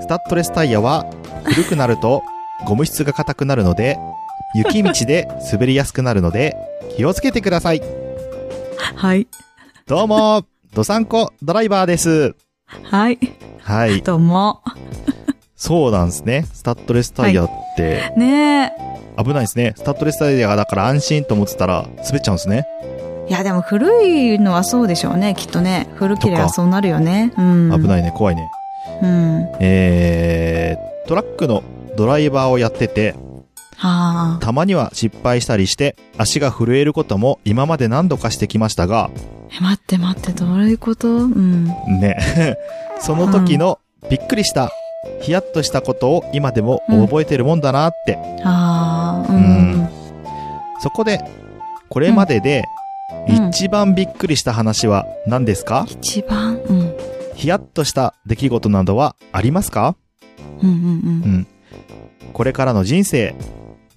[SPEAKER 1] スタッドレスタイヤは古くなるとゴム質が硬くなるので、雪道 で滑りやすくなるので気をつけてください。
[SPEAKER 2] はい。
[SPEAKER 1] どうも、ドサンコドライバーです。
[SPEAKER 2] はい。
[SPEAKER 1] はい。
[SPEAKER 2] どうも。
[SPEAKER 1] そうなんですね。スタッドレスタイヤって
[SPEAKER 2] ね
[SPEAKER 1] 危ないですね。スタッドレスタイヤがだから安心と思ってたら滑っちゃうんですね。
[SPEAKER 2] え。いや、でも古いのはそうでしょうね、きっとね。古ければそうなるよね。うん。。
[SPEAKER 1] 危ないいね。怖いね。
[SPEAKER 2] うん。は
[SPEAKER 1] えー、トラックのドライバーをやってて、
[SPEAKER 2] あ。
[SPEAKER 1] たまには失敗したりして、足が震えることも今まで何度かしてきましたが、
[SPEAKER 2] え、待って待って、どういうことうん。
[SPEAKER 1] ね、 その時のびっくりした、ヒヤッとしたことを今でも覚えてるもんだなって、
[SPEAKER 2] ああ、うん。
[SPEAKER 1] そこで、これまでで、
[SPEAKER 2] うん
[SPEAKER 1] 一番びっくりした話は何ですか、
[SPEAKER 2] 一番うん。
[SPEAKER 1] ヒヤッとした出来事などはありますか
[SPEAKER 2] うんうんうん。
[SPEAKER 1] これからの人生、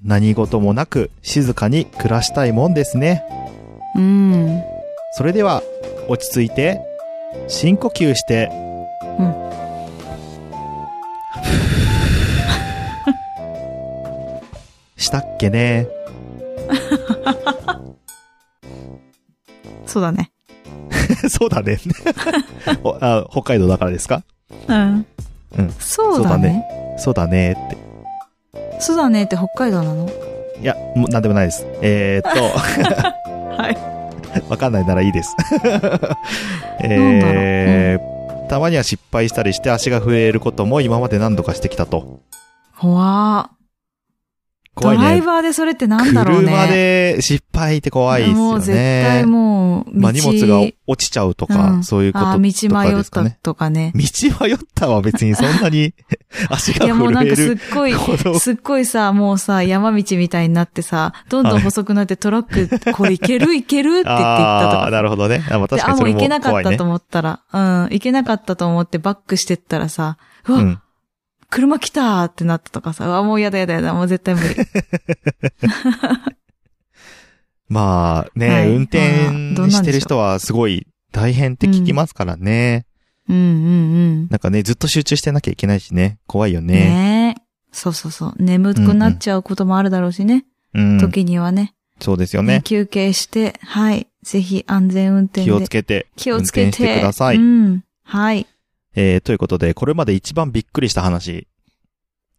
[SPEAKER 1] 何事もなく静かに暮らしたいもんですね。
[SPEAKER 2] うん。
[SPEAKER 1] それでは、落ち着いて、深呼吸して、
[SPEAKER 2] うん
[SPEAKER 1] したっけね
[SPEAKER 2] そうだね。
[SPEAKER 1] そうだね おあ。北海道だからですか
[SPEAKER 2] うん。
[SPEAKER 1] うん
[SPEAKER 2] そうだね。
[SPEAKER 1] そうだねって。
[SPEAKER 2] そうだねって北海道なの
[SPEAKER 1] いや、もうなんでもないです。えー、っと、
[SPEAKER 2] はい。
[SPEAKER 1] わかんないならいい です。
[SPEAKER 2] なんだろう
[SPEAKER 1] えーたまには失敗したりして足が震えることも今まで何度かしてきたと。
[SPEAKER 2] 怖ー
[SPEAKER 1] 怖い
[SPEAKER 2] ドライ
[SPEAKER 1] ね。
[SPEAKER 2] バーでそれってなんだろうね。
[SPEAKER 1] 車で失敗って怖いですよね。
[SPEAKER 2] もう絶対もう、道
[SPEAKER 1] まあ荷物が落ちちゃうとか、
[SPEAKER 2] うん
[SPEAKER 1] そういうこと
[SPEAKER 2] あ
[SPEAKER 1] と
[SPEAKER 2] ー道
[SPEAKER 1] か
[SPEAKER 2] 迷
[SPEAKER 1] で
[SPEAKER 2] っ
[SPEAKER 1] すか
[SPEAKER 2] た
[SPEAKER 1] ね。
[SPEAKER 2] とかね。
[SPEAKER 1] 道迷ったは別にそんな に足
[SPEAKER 2] い
[SPEAKER 1] が
[SPEAKER 2] やもうなん
[SPEAKER 1] 震え
[SPEAKER 2] かすっ
[SPEAKER 1] る
[SPEAKER 2] ごい、
[SPEAKER 1] ほど。
[SPEAKER 2] すっごいさ、もうさ、山道みたいになってさ、どんどん細くなってトラック、これい けるいけるって言って行ったと
[SPEAKER 1] ああー、
[SPEAKER 2] か。
[SPEAKER 1] なるほどね。あ、まあ、
[SPEAKER 2] で、
[SPEAKER 1] 確かに
[SPEAKER 2] あ、も
[SPEAKER 1] そうれ
[SPEAKER 2] い
[SPEAKER 1] も
[SPEAKER 2] けなか
[SPEAKER 1] 怖
[SPEAKER 2] っ
[SPEAKER 1] い
[SPEAKER 2] た
[SPEAKER 1] ね
[SPEAKER 2] と。思ったら、うん、いけなかったと思ってバックしてったらさ、うわ、
[SPEAKER 1] うん。
[SPEAKER 2] 車来たーってなったとかさ、うわ、もうやだやだやだ、もう絶対無 理。
[SPEAKER 1] まあね、
[SPEAKER 2] はい
[SPEAKER 1] 運
[SPEAKER 2] まあどんな
[SPEAKER 1] 転
[SPEAKER 2] んでしょう
[SPEAKER 1] してる人はすごい大変って聞きますからね。
[SPEAKER 2] うんうん
[SPEAKER 1] なんかね、ずっと集中してなきゃいけないしね。怖いよ
[SPEAKER 2] うん。
[SPEAKER 1] ね。
[SPEAKER 2] ねえ。そうそうそう。眠くなっちゃうこともあるだろうしね。
[SPEAKER 1] うん。
[SPEAKER 2] 時にはね。
[SPEAKER 1] そうですよね。
[SPEAKER 2] 休憩して、はい。ぜひ安全運転で。
[SPEAKER 1] 気をつけて。
[SPEAKER 2] 気をつけて。
[SPEAKER 1] 運転してください
[SPEAKER 2] うん。はい。
[SPEAKER 1] えー、ということで、これまで一番びっくりした話。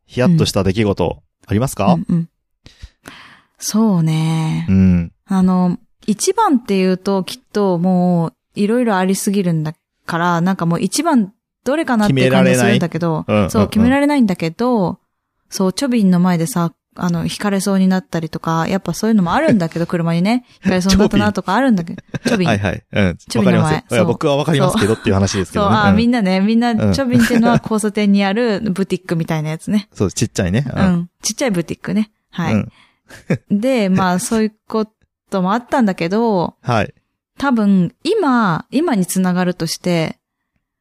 [SPEAKER 1] ヒヤッとした出来事、ありますか
[SPEAKER 2] うんうん、そうね、
[SPEAKER 1] うん。
[SPEAKER 2] あの、一番って言うときっともういろいろありすぎるんだから、なんかもう一番どれかなっていう感じがするんだけど、
[SPEAKER 1] 決められないうん
[SPEAKER 2] そうう、
[SPEAKER 1] ん
[SPEAKER 2] 決められないんだけど、そう、チョビンの前でさ、あの、惹かれそうになったりとか、やっぱそういうのもあるんだ けど、車にね、惹かれそうになったなとかあるんだけど、チョビン。
[SPEAKER 1] はいはい。うん。わ
[SPEAKER 2] ち
[SPEAKER 1] か
[SPEAKER 2] ょび
[SPEAKER 1] り
[SPEAKER 2] の前
[SPEAKER 1] ますよ。い
[SPEAKER 2] そ
[SPEAKER 1] や、
[SPEAKER 2] う
[SPEAKER 1] 僕はわかりますけどっていう話ですけ
[SPEAKER 2] そう、
[SPEAKER 1] どね。
[SPEAKER 2] あー、
[SPEAKER 1] うん
[SPEAKER 2] みんなね、みんな、
[SPEAKER 1] うん
[SPEAKER 2] チョビンっていうのは交差点にあるブティックみたいなやつね。
[SPEAKER 1] そう、ちっちゃいね。
[SPEAKER 2] う。ん。ちっちゃいブティックね。はい。
[SPEAKER 1] うん
[SPEAKER 2] で、まあ、そういうこともあったんだけど、
[SPEAKER 1] はい。
[SPEAKER 2] 多分、今、今につながるとして、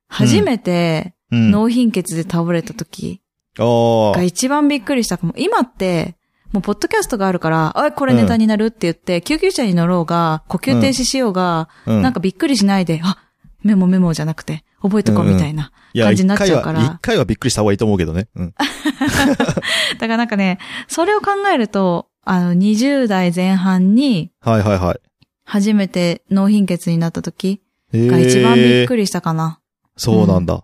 [SPEAKER 2] 初めて、
[SPEAKER 1] うん。
[SPEAKER 2] 脳貧血で倒れた時
[SPEAKER 1] お
[SPEAKER 2] が
[SPEAKER 1] ー。
[SPEAKER 2] 一番びっくりしたかも。今って、もう、ポッドキャストがあるから、あ、これネタになるって言って、救急車に乗ろうが、呼吸停止しようが、
[SPEAKER 1] うん
[SPEAKER 2] なんかびっくりしないで、あ、メモメモじゃなくて、覚えとこうみたいな。
[SPEAKER 1] いや
[SPEAKER 2] 感じになっちゃうか
[SPEAKER 1] 一
[SPEAKER 2] ら
[SPEAKER 1] 回は、一回はびっくりした方がいいと思うけどね。うん。
[SPEAKER 2] だからなんかね、それを考えると、あの、20代前半に、
[SPEAKER 1] はいはいはい。
[SPEAKER 2] 初めて脳貧血になった時
[SPEAKER 1] え
[SPEAKER 2] が一番びっく
[SPEAKER 1] り。
[SPEAKER 2] りしたかな。
[SPEAKER 1] そうなんだ。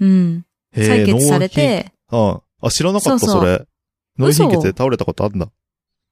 [SPEAKER 2] うん。
[SPEAKER 1] へー
[SPEAKER 2] 採血され。て、
[SPEAKER 1] 脳貧うん。あ、知らなかった、
[SPEAKER 2] そうそう
[SPEAKER 1] それ。脳貧血
[SPEAKER 2] 嘘
[SPEAKER 1] で倒れたことあるんだ。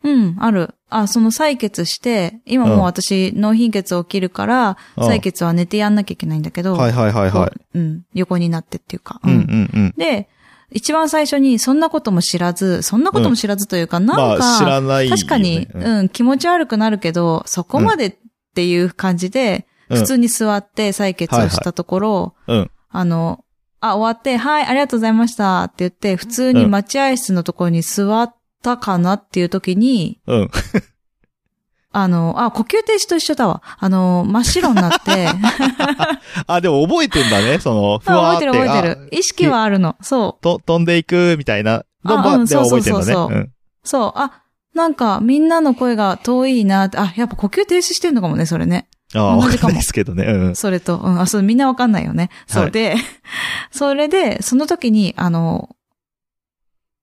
[SPEAKER 2] うん、ある。あ、その採血して、今
[SPEAKER 1] うん
[SPEAKER 2] もう私、脳貧血起きるから、
[SPEAKER 1] うん
[SPEAKER 2] 採血は寝てやんなきゃいけないんだけど、
[SPEAKER 1] はいはいはいはい。
[SPEAKER 2] い。うん、横になってっていうか。
[SPEAKER 1] うんうんうん。
[SPEAKER 2] で、一番最初に、そんなことも知らず、そんなことも知らずというか、な
[SPEAKER 1] ま
[SPEAKER 2] んか、
[SPEAKER 1] あ、知らないよね。
[SPEAKER 2] 確かに、
[SPEAKER 1] うん
[SPEAKER 2] うん、気持ち悪くなるけど、そこまでっていう感じで、
[SPEAKER 1] うん
[SPEAKER 2] 普通に座って採血をしたところ、
[SPEAKER 1] はいはいうん
[SPEAKER 2] あの、あ、終わって、はい、ありがとうございましたって言って、普通に待合室のところに座ったかなっていう時に、
[SPEAKER 1] うん。
[SPEAKER 2] あの、あ、呼吸停止と一緒だわ。あの、真っ白に なって、
[SPEAKER 1] あ、でも覚えてんだね、その、ふ
[SPEAKER 2] あ
[SPEAKER 1] わー
[SPEAKER 2] 覚
[SPEAKER 1] っ
[SPEAKER 2] えて
[SPEAKER 1] て。
[SPEAKER 2] る覚えて
[SPEAKER 1] あ
[SPEAKER 2] る。意識はあるの。そう。
[SPEAKER 1] と、飛んでいく、みたいな。
[SPEAKER 2] あ
[SPEAKER 1] のば
[SPEAKER 2] うん
[SPEAKER 1] では覚えてん
[SPEAKER 2] そうそ
[SPEAKER 1] だ
[SPEAKER 2] うそうそう
[SPEAKER 1] ね。
[SPEAKER 2] そう。あ、なんか、みんなの声が遠いなって、あ、やっぱ呼吸停止してんのかもね、それね。
[SPEAKER 1] うん。ああー、わ
[SPEAKER 2] 同じ
[SPEAKER 1] か
[SPEAKER 2] かも
[SPEAKER 1] んないですけどね。うん。
[SPEAKER 2] それと、うん、あ、そう、みんなわかんないよね。そう、
[SPEAKER 1] はい
[SPEAKER 2] で、 それで、その時に、あの、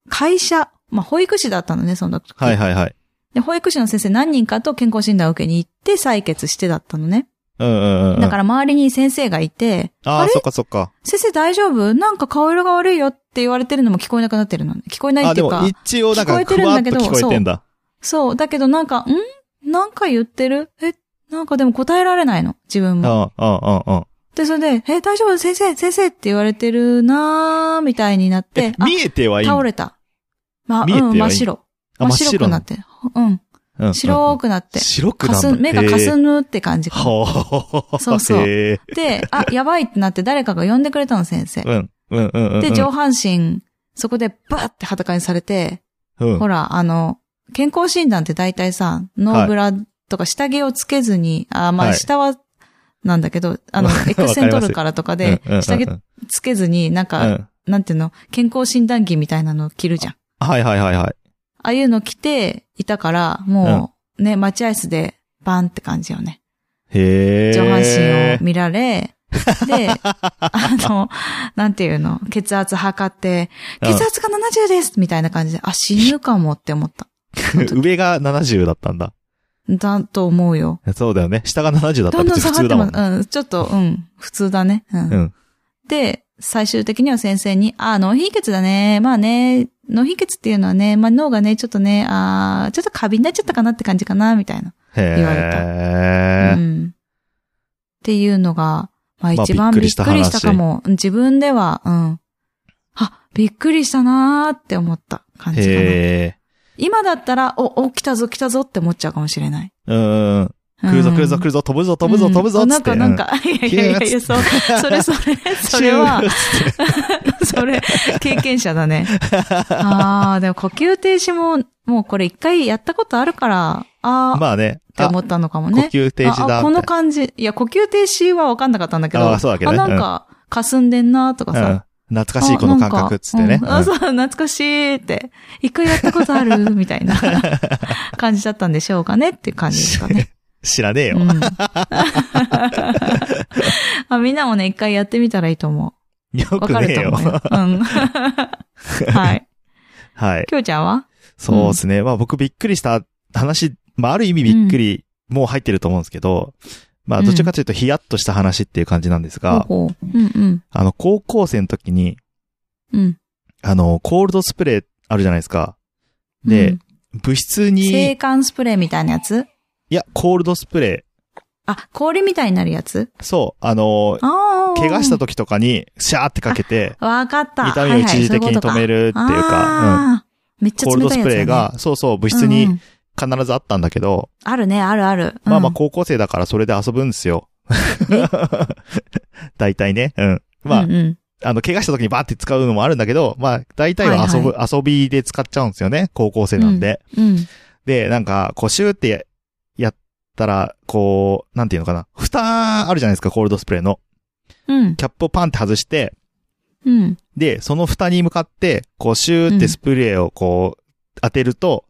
[SPEAKER 2] 会社、まあ、保育士だったのね、その時。
[SPEAKER 1] はいはいはい。
[SPEAKER 2] で、保育士の先生何人かと健康診断を受けに行って採血してだったのね。
[SPEAKER 1] うんうんうんうん。
[SPEAKER 2] だから周りに先生がいて、
[SPEAKER 1] あ
[SPEAKER 2] あ
[SPEAKER 1] あ、
[SPEAKER 2] れ
[SPEAKER 1] そっかそっか。
[SPEAKER 2] 先生大丈夫なんか顔色が悪いよって言われてるのも聞こえなくなってるのね。聞こえない
[SPEAKER 1] あ、
[SPEAKER 2] って
[SPEAKER 1] で
[SPEAKER 2] いうか
[SPEAKER 1] も、一応なんか、
[SPEAKER 2] 聞こえて
[SPEAKER 1] ふ
[SPEAKER 2] るん
[SPEAKER 1] わ
[SPEAKER 2] だ
[SPEAKER 1] っ
[SPEAKER 2] け
[SPEAKER 1] と
[SPEAKER 2] ど
[SPEAKER 1] 聞こえてんだ。
[SPEAKER 2] そう。だけどなんか、んなんか言ってるえ、なんかでも答えられないの、自分
[SPEAKER 1] うん、
[SPEAKER 2] も
[SPEAKER 1] う。ん、うん、うん。
[SPEAKER 2] で、それで、え、大丈夫先生、先生って言われてるなー、みたいになっ
[SPEAKER 1] え
[SPEAKER 2] て、、あ、
[SPEAKER 1] 見えてはいいんだ
[SPEAKER 2] 倒れた。まあ、
[SPEAKER 1] 見えて
[SPEAKER 2] うん、
[SPEAKER 1] はいい
[SPEAKER 2] 真っ白。
[SPEAKER 1] あ
[SPEAKER 2] 真っ白くな
[SPEAKER 1] な
[SPEAKER 2] って。うん。
[SPEAKER 1] うん
[SPEAKER 2] 白くなって。
[SPEAKER 1] 白く
[SPEAKER 2] か
[SPEAKER 1] な
[SPEAKER 2] すん、目がかす
[SPEAKER 1] ん
[SPEAKER 2] むって感じ
[SPEAKER 1] だ。。はあ。
[SPEAKER 2] そうそう
[SPEAKER 1] へえ
[SPEAKER 2] で、 あ、やばいってなって誰かが呼んでくれたの、先生。
[SPEAKER 1] うん、うん、うんうん。
[SPEAKER 2] で、上半身、そこでバーって裸にされて、
[SPEAKER 1] うん
[SPEAKER 2] ほら、あの、健康診断って大体さ、ノーブラとか下着をつけずに、あ、ま
[SPEAKER 1] は
[SPEAKER 2] あ
[SPEAKER 1] い
[SPEAKER 2] 下は、なんだけど、あの
[SPEAKER 1] わか、ります
[SPEAKER 2] X 線取るからとかで
[SPEAKER 1] うんうんうんう、ん
[SPEAKER 2] 下着つけずに、なん
[SPEAKER 1] う
[SPEAKER 2] か、
[SPEAKER 1] ん
[SPEAKER 2] なんていうの、健康診断着みたいなの着るじゃん。
[SPEAKER 1] はいはいはいはい。
[SPEAKER 2] ああいうの着ていたから、もう、ね、待合室で、般って感じよね。
[SPEAKER 1] へえ。
[SPEAKER 2] 上半身を見 られ、で、あの、なんていうの、血圧測って、
[SPEAKER 1] うん
[SPEAKER 2] 血圧が70ですみたいな感じで、あ、死ぬかもって思った。
[SPEAKER 1] 上が70だったんだ。
[SPEAKER 2] だと思うよ。
[SPEAKER 1] そうだよね。下が70だった
[SPEAKER 2] ど
[SPEAKER 1] ら
[SPEAKER 2] んどん
[SPEAKER 1] 別に
[SPEAKER 2] 下
[SPEAKER 1] 普通
[SPEAKER 2] がって
[SPEAKER 1] だも
[SPEAKER 2] ま
[SPEAKER 1] ん
[SPEAKER 2] す。
[SPEAKER 1] ね。
[SPEAKER 2] うん、ちょっと、うん、普通だね。うん。
[SPEAKER 1] うん。
[SPEAKER 2] で、最終的には先生に、あー、脳貧血だね。まあね、脳貧血っていうのはね、まあ脳がね、ちょっとね、あーちょっと過敏になっちゃったかなって感じかな、みたいな。言われた
[SPEAKER 1] へ
[SPEAKER 2] う
[SPEAKER 1] え。
[SPEAKER 2] ん。っていうのが、まあ
[SPEAKER 1] まあ
[SPEAKER 2] 一番
[SPEAKER 1] びっく
[SPEAKER 2] び
[SPEAKER 1] り
[SPEAKER 2] っ
[SPEAKER 1] した
[SPEAKER 2] くりしたかも。うん自分では、うん。あ、びっくりしたなーって思った感じかな。
[SPEAKER 1] へえ。
[SPEAKER 2] 今だったら、お、お、来たぞ来たぞって思っちゃうかもしれない。
[SPEAKER 1] うん。来るぞ
[SPEAKER 2] うん
[SPEAKER 1] 来るぞ来るぞ、飛ぶぞ飛ぶぞ飛ぶぞ
[SPEAKER 2] うん
[SPEAKER 1] つ
[SPEAKER 2] な
[SPEAKER 1] っ
[SPEAKER 2] ん
[SPEAKER 1] て。
[SPEAKER 2] か、なんか、いやいやいやいや、そう、それそれ、
[SPEAKER 1] うん、
[SPEAKER 2] それ は
[SPEAKER 1] シュ、ーっつって
[SPEAKER 2] それ、経験者 だね。ああ、でも呼吸停止も、もうこれ一回やったことあるから、ああ、っ
[SPEAKER 1] まあね。
[SPEAKER 2] て
[SPEAKER 1] あ、
[SPEAKER 2] 思
[SPEAKER 1] 呼
[SPEAKER 2] ったのかもね。
[SPEAKER 1] 吸停止
[SPEAKER 2] あ
[SPEAKER 1] だ。
[SPEAKER 2] あこの感じ。いや、呼吸停止は分かんなかったんだけど。
[SPEAKER 1] あーそうだけどね
[SPEAKER 2] あ、なんか、霞んでんなとか
[SPEAKER 1] みたい
[SPEAKER 2] さ。
[SPEAKER 1] な。うん。懐かしいこの感覚っつって
[SPEAKER 2] あな
[SPEAKER 1] ね
[SPEAKER 2] ん。かうんあ、そう、懐かしいって。一回やったことあるみたいな 感じだったんでしょうかねっていう感じですかね。
[SPEAKER 1] 知らねえ
[SPEAKER 2] う
[SPEAKER 1] よ。
[SPEAKER 2] んあみんなもね、一回やってみたらいいと思う。
[SPEAKER 1] よ
[SPEAKER 2] わ
[SPEAKER 1] く
[SPEAKER 2] か
[SPEAKER 1] ね
[SPEAKER 2] る
[SPEAKER 1] え
[SPEAKER 2] と
[SPEAKER 1] よ
[SPEAKER 2] 思う。よ。うん。はい。
[SPEAKER 1] はい。
[SPEAKER 2] きょうちゃんは
[SPEAKER 1] そうですね。まあ僕びっくりした話、まあある意味びっくり、もう入ってると思うんですけど、まあどちらかというとヒヤッとした話っていう感じなんですが、
[SPEAKER 2] ほうほう。うんうん。
[SPEAKER 1] あの高校生の時に、
[SPEAKER 2] うん。
[SPEAKER 1] あの、コールドスプレーあるじゃないですか。で
[SPEAKER 2] うん、
[SPEAKER 1] 部室
[SPEAKER 2] 制
[SPEAKER 1] に、
[SPEAKER 2] 汗スプレーみたいなやつ
[SPEAKER 1] いや、コールドスプレ
[SPEAKER 2] あ、氷みたいになるやつ
[SPEAKER 1] ー。そう、あの、
[SPEAKER 2] ああ。
[SPEAKER 1] 怪我した時とかに、シャーってかけて、
[SPEAKER 2] わかった。
[SPEAKER 1] 痛みを一時的に止め
[SPEAKER 2] る
[SPEAKER 1] るっていうか、うん
[SPEAKER 2] あーめっちゃ
[SPEAKER 1] コール
[SPEAKER 2] 冷
[SPEAKER 1] ド
[SPEAKER 2] た
[SPEAKER 1] ス
[SPEAKER 2] いやつ、ね。
[SPEAKER 1] プレーが、そうそう、部室
[SPEAKER 2] うんう
[SPEAKER 1] に
[SPEAKER 2] ん
[SPEAKER 1] 必ずあったんだけど、
[SPEAKER 2] あるね、あるある。
[SPEAKER 1] まあまあ
[SPEAKER 2] うん
[SPEAKER 1] 高校生だからそれで遊ぶんですよ。 大体ね。うん。まあ、
[SPEAKER 2] うんうん
[SPEAKER 1] あの、怪我した時にバーって使うのもあるんだけど、まあ、大体は遊ぶ、遊びで使っちゃうんですよね。高校生なんで。
[SPEAKER 2] うん。
[SPEAKER 1] で、なんか、こう、シューってややったら、こう、なんていうのかな。蓋あるじゃないですか、コールドスプレーの。
[SPEAKER 2] うん。
[SPEAKER 1] キャップをパンって外して、
[SPEAKER 2] うん。
[SPEAKER 1] で、その蓋に向かって、こう、シューってスプレーをこう、当てると、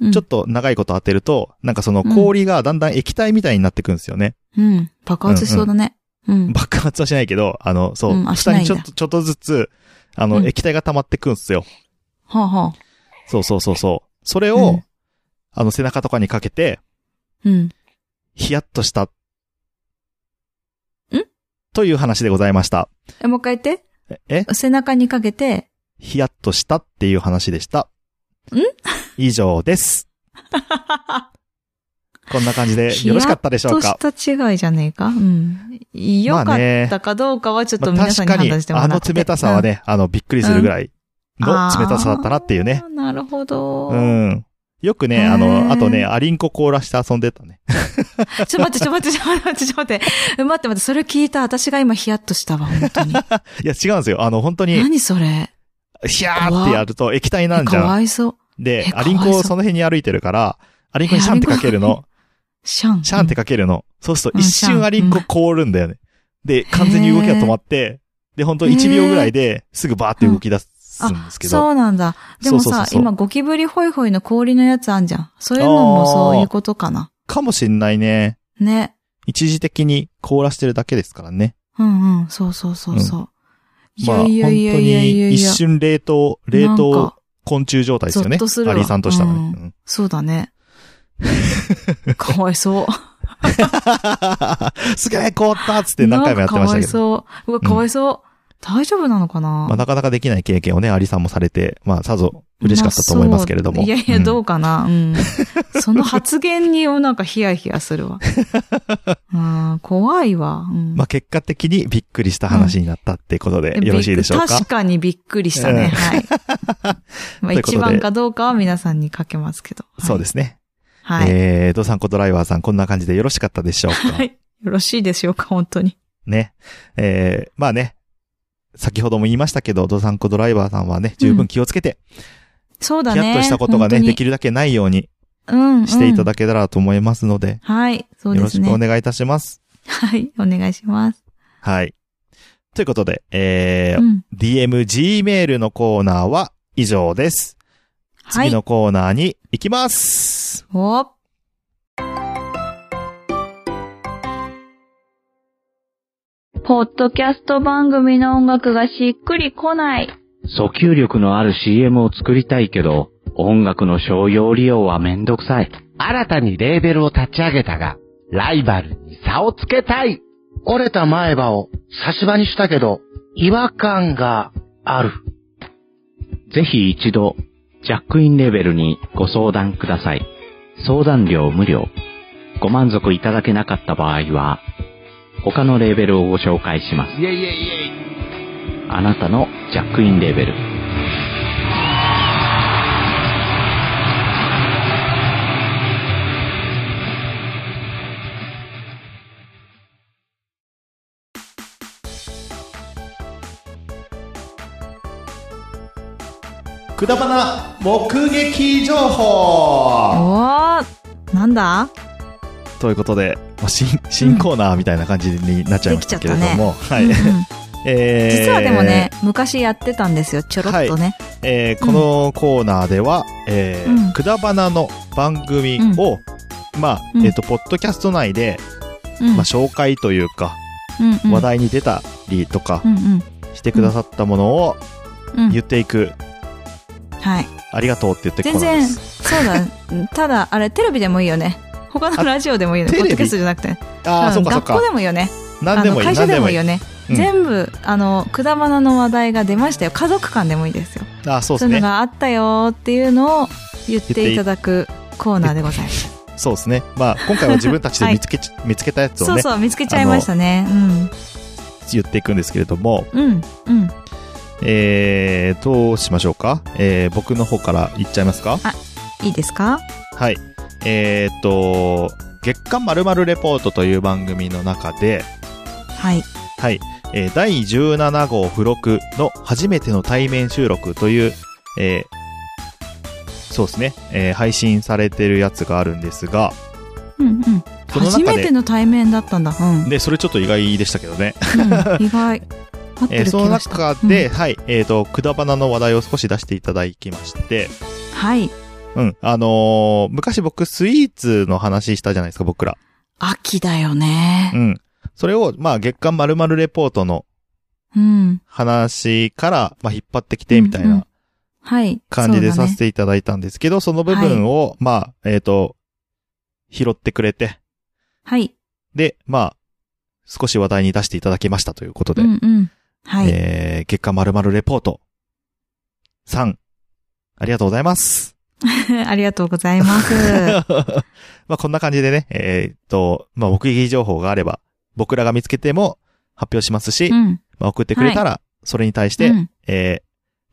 [SPEAKER 2] うん。
[SPEAKER 1] ちょっと長いこと当てると、なんかその氷がだんだん液体みたいになってくんですよね。
[SPEAKER 2] うん。爆発しそうだね。うん。
[SPEAKER 1] 爆発はしないけど、あの、そう、
[SPEAKER 2] うんあし
[SPEAKER 1] 蓋
[SPEAKER 2] ないん
[SPEAKER 1] に
[SPEAKER 2] だ
[SPEAKER 1] ちょっと、ちょっとずつ、あ
[SPEAKER 2] う
[SPEAKER 1] の、
[SPEAKER 2] ん
[SPEAKER 1] 液体が溜まってくんですよ。
[SPEAKER 2] はあ、はあ、
[SPEAKER 1] そうそうそうそう。それ
[SPEAKER 2] う
[SPEAKER 1] を
[SPEAKER 2] ん、
[SPEAKER 1] あの、背中とかにかけて、
[SPEAKER 2] うん。
[SPEAKER 1] ヒヤッとした。んという話でございました。
[SPEAKER 2] え、もう一回言って。
[SPEAKER 1] え
[SPEAKER 2] 背中にかけて、
[SPEAKER 1] ヒヤッとしたっていう話でした。
[SPEAKER 2] ん
[SPEAKER 1] 以上 です。こんな感じでよろしかったでしょうか。
[SPEAKER 2] とした違いじゃねえかうん。良かったかどうかはちょっと
[SPEAKER 1] まあ
[SPEAKER 2] 皆さん
[SPEAKER 1] 確か
[SPEAKER 2] に判
[SPEAKER 1] に
[SPEAKER 2] 断して、もら
[SPEAKER 1] あ
[SPEAKER 2] って、
[SPEAKER 1] の冷たさはね、あの、びっくりするぐらいの冷たさだったなっていうね
[SPEAKER 2] あ。ー。なるほど。
[SPEAKER 1] うん。よくね、
[SPEAKER 2] へー
[SPEAKER 1] あの、あとね、アリンコ凍らして遊んでたね。
[SPEAKER 2] ちょ、待って、ちょ、待って、ちょ、待って、ちょ、待って。 うん待って、待って、それ聞いた。私が今ヒヤッとしたわ、本当 に。
[SPEAKER 1] いや、違うんですよ。あの、本当に、
[SPEAKER 2] 何それ。
[SPEAKER 1] ヒャーってやると液体なんじ
[SPEAKER 2] か
[SPEAKER 1] ゃん。
[SPEAKER 2] わいそう。
[SPEAKER 1] で
[SPEAKER 2] え、
[SPEAKER 1] アリンコ
[SPEAKER 2] かわいそ
[SPEAKER 1] を
[SPEAKER 2] う
[SPEAKER 1] その辺に歩いてるから、アリンコにシャンってかける
[SPEAKER 2] えアリン
[SPEAKER 1] の。
[SPEAKER 2] シャン。
[SPEAKER 1] シャンってかけるの。そうすると
[SPEAKER 2] うん
[SPEAKER 1] 一瞬アリンコ凍るんだよね。で、完全に動きが止まって、で、ほんと
[SPEAKER 2] へー
[SPEAKER 1] 1秒ぐらいですぐバーって動き出すんですけ
[SPEAKER 2] そ
[SPEAKER 1] ど。
[SPEAKER 2] うなんだ。でもさ、
[SPEAKER 1] そうそうそうそう
[SPEAKER 2] 今ゴキブリホイホイの氷のやつあんじゃん。そういうのもそういうことかな。
[SPEAKER 1] かもしんないね。
[SPEAKER 2] ね。
[SPEAKER 1] 一時的に凍らしてるだけですからね。
[SPEAKER 2] うんうん。そうそうそうそう。い
[SPEAKER 1] まあ、
[SPEAKER 2] や
[SPEAKER 1] 本当
[SPEAKER 2] いやいやいやいや
[SPEAKER 1] に
[SPEAKER 2] い
[SPEAKER 1] 一
[SPEAKER 2] や。
[SPEAKER 1] 瞬冷凍、冷
[SPEAKER 2] なん
[SPEAKER 1] 凍
[SPEAKER 2] か
[SPEAKER 1] 昆虫状態ですよ
[SPEAKER 2] ゾ
[SPEAKER 1] ね
[SPEAKER 2] ッとす。る
[SPEAKER 1] ア
[SPEAKER 2] わ
[SPEAKER 1] リさんとしたらね。
[SPEAKER 2] う
[SPEAKER 1] うん
[SPEAKER 2] そうだね。 かわいそう。
[SPEAKER 1] すげえ凍ったっつって何回もやってましたけど。
[SPEAKER 2] なんかかわいそう。うわ、かわいそう。大丈夫なのかな
[SPEAKER 1] まあ、なかなかできない経験をね、アリさんもされて、まあ、さぞ嬉しかったと思いますけれども。
[SPEAKER 2] まあそういやいや、ど
[SPEAKER 1] う
[SPEAKER 2] うかな。うん。 その発言にもなんかヒヤヒヤす るわ。うん、怖いわ。うん
[SPEAKER 1] んまあ、結果的にびっくりした話になったってことで、よろしいでしょうか
[SPEAKER 2] 確。かにびっくりした
[SPEAKER 1] うん
[SPEAKER 2] ね。 はい。ま
[SPEAKER 1] と
[SPEAKER 2] あ
[SPEAKER 1] いうことで
[SPEAKER 2] 一番かどうかは皆さんにかけますけど。。
[SPEAKER 1] そうですすね。
[SPEAKER 2] はい。
[SPEAKER 1] えー、ドサンコドライバーさん、こんな感じでよろしかったでしょうか。
[SPEAKER 2] はい。よろしいでしょうか、本当に。
[SPEAKER 1] ね。えー、まあね。先ほども言いましたけど、ドサンコドライバーさんはね、十分気をつけて、
[SPEAKER 2] そうだ
[SPEAKER 1] ヒ
[SPEAKER 2] ね。
[SPEAKER 1] ヤッとしたことがね、でき
[SPEAKER 2] る。
[SPEAKER 1] るだけないように
[SPEAKER 2] うん。
[SPEAKER 1] していた
[SPEAKER 2] だ
[SPEAKER 1] だけたらと思いますので、
[SPEAKER 2] はい。そう
[SPEAKER 1] よ
[SPEAKER 2] で
[SPEAKER 1] ろ
[SPEAKER 2] す
[SPEAKER 1] しくお
[SPEAKER 2] ね。
[SPEAKER 1] 願いいたします。
[SPEAKER 2] はい。お願いします。
[SPEAKER 1] はい。ということで、えー
[SPEAKER 2] うん。
[SPEAKER 1] DM、G メールのコーナーは以上です。
[SPEAKER 2] は
[SPEAKER 1] 次
[SPEAKER 2] い。
[SPEAKER 1] のコーナーに行きます。
[SPEAKER 2] お
[SPEAKER 5] ポッドキャスト番組の音楽がしっくりこない。
[SPEAKER 4] 訴求力のある CM を作りたいけど、音楽の商用利用はめんどくさい。
[SPEAKER 3] 新たにレーベルを立ち上げたが、ライバルに差をつけたい。
[SPEAKER 6] 折れた前歯を差し歯にしたけど、違和感がある。
[SPEAKER 4] ぜひ一度、ジャックインレベルにご相談ください。相談料無料。ご満足いただけなかった場合は、他のレーベルをご紹介します。
[SPEAKER 3] いえいえいえ
[SPEAKER 4] あなたのジャックインレベル。
[SPEAKER 1] くだばな目撃情報
[SPEAKER 2] おーなんだ
[SPEAKER 1] ということで、まあ、新新コーナーみたいな感じになっちゃいましたけれども、はい、
[SPEAKER 2] うんうん
[SPEAKER 1] えー
[SPEAKER 2] 実はでもね、昔やってたんですよ、ちょろっとね。
[SPEAKER 1] えーこのコーナーでは、え
[SPEAKER 2] うん
[SPEAKER 1] ー、くだばなの番組を、まあ、
[SPEAKER 2] うん
[SPEAKER 1] えっ、と、ポッドキャスト内で、
[SPEAKER 2] うん
[SPEAKER 1] まあ、紹介というか、
[SPEAKER 2] うんうん
[SPEAKER 1] 話題に出たりとか
[SPEAKER 2] うんうん
[SPEAKER 1] してくださったものを
[SPEAKER 2] うん
[SPEAKER 1] 言っていく、
[SPEAKER 2] はい。
[SPEAKER 1] ありがとうって言ってくコー
[SPEAKER 2] 全
[SPEAKER 1] ナーで
[SPEAKER 2] 然、
[SPEAKER 1] す。
[SPEAKER 2] そうだ。 ただ、あれ、テレビでもいいよね。他のラジオでもいいよね。
[SPEAKER 1] テレ
[SPEAKER 2] ポ
[SPEAKER 1] ビ
[SPEAKER 2] ッドキャストじゃなくて。
[SPEAKER 1] ああ、
[SPEAKER 2] うん
[SPEAKER 1] そうかそう
[SPEAKER 2] 学校
[SPEAKER 1] か。
[SPEAKER 2] でもいいよね。
[SPEAKER 1] 何でもいい、
[SPEAKER 2] あの会社
[SPEAKER 1] 何
[SPEAKER 2] で
[SPEAKER 1] でも
[SPEAKER 2] も
[SPEAKER 1] い
[SPEAKER 2] いい
[SPEAKER 1] い。
[SPEAKER 2] よね。
[SPEAKER 1] うん
[SPEAKER 2] 全部、あの、くだばなの話題が出ましたよ。家族間でもいいですよ。
[SPEAKER 1] ああ、そうです
[SPEAKER 2] そういうの
[SPEAKER 1] ね。
[SPEAKER 2] があったよっていうのを言っていただくコーナーでございます。
[SPEAKER 1] そうですね。まあ、今回は自分たちで見つけち、 見つけたやつを
[SPEAKER 2] そう
[SPEAKER 1] ね、
[SPEAKER 2] そう、見つけちゃいましたね。うん。
[SPEAKER 1] 言っていくんですけれども、
[SPEAKER 2] うん。うん。
[SPEAKER 1] えー、どうしましょうかえー、僕の方から言っちゃいますか
[SPEAKER 2] いいですか
[SPEAKER 1] はい。えー、っと、月刊まるレポートという番組の中で、
[SPEAKER 2] はい。
[SPEAKER 1] はい、えー第17号付録の初めての対面収録という、えーそうですね、えー配信されてるやつがあるんですが、
[SPEAKER 2] うんうん。
[SPEAKER 1] その
[SPEAKER 2] 初
[SPEAKER 1] 中
[SPEAKER 2] めて
[SPEAKER 1] で、
[SPEAKER 2] の対面だったんだ。うん。
[SPEAKER 1] で、それちょっと意外でしたけどね。
[SPEAKER 2] うん意外。合って
[SPEAKER 1] えー
[SPEAKER 2] る気
[SPEAKER 1] その
[SPEAKER 2] がした。
[SPEAKER 1] 中で、はい、えっ、と、くだばなの話題を少し出していただきまして、
[SPEAKER 2] はい。
[SPEAKER 1] うん、あのー昔僕スイーツの話したじゃないですか、僕ら。
[SPEAKER 2] 秋だよね
[SPEAKER 1] う。ん。それを、まあ、月刊まるレポートの
[SPEAKER 2] うん。
[SPEAKER 1] 話から、まあ、引っ張ってきて、みたいな
[SPEAKER 2] うんうんはい。
[SPEAKER 1] 感じで
[SPEAKER 2] そう
[SPEAKER 1] さ
[SPEAKER 2] だね
[SPEAKER 1] せていただいたんですけど、そ,、の部分を、まあ、えっ、と、拾ってくれて、
[SPEAKER 2] はい。
[SPEAKER 1] で、まあ、少し話題に出していただきましたということ
[SPEAKER 2] う
[SPEAKER 1] で、
[SPEAKER 2] んうん。はい。
[SPEAKER 1] えー、結果〇〇レポート3、ありがとうござい ます。
[SPEAKER 2] ありがとうございます。
[SPEAKER 1] まあ、こんな感じでね、えっ、と、まあ、目撃情報があれば、僕らが見つけても発表しますし、
[SPEAKER 2] うん。
[SPEAKER 1] まあ、送ってくれたら、それに対して、
[SPEAKER 2] うん
[SPEAKER 1] えー、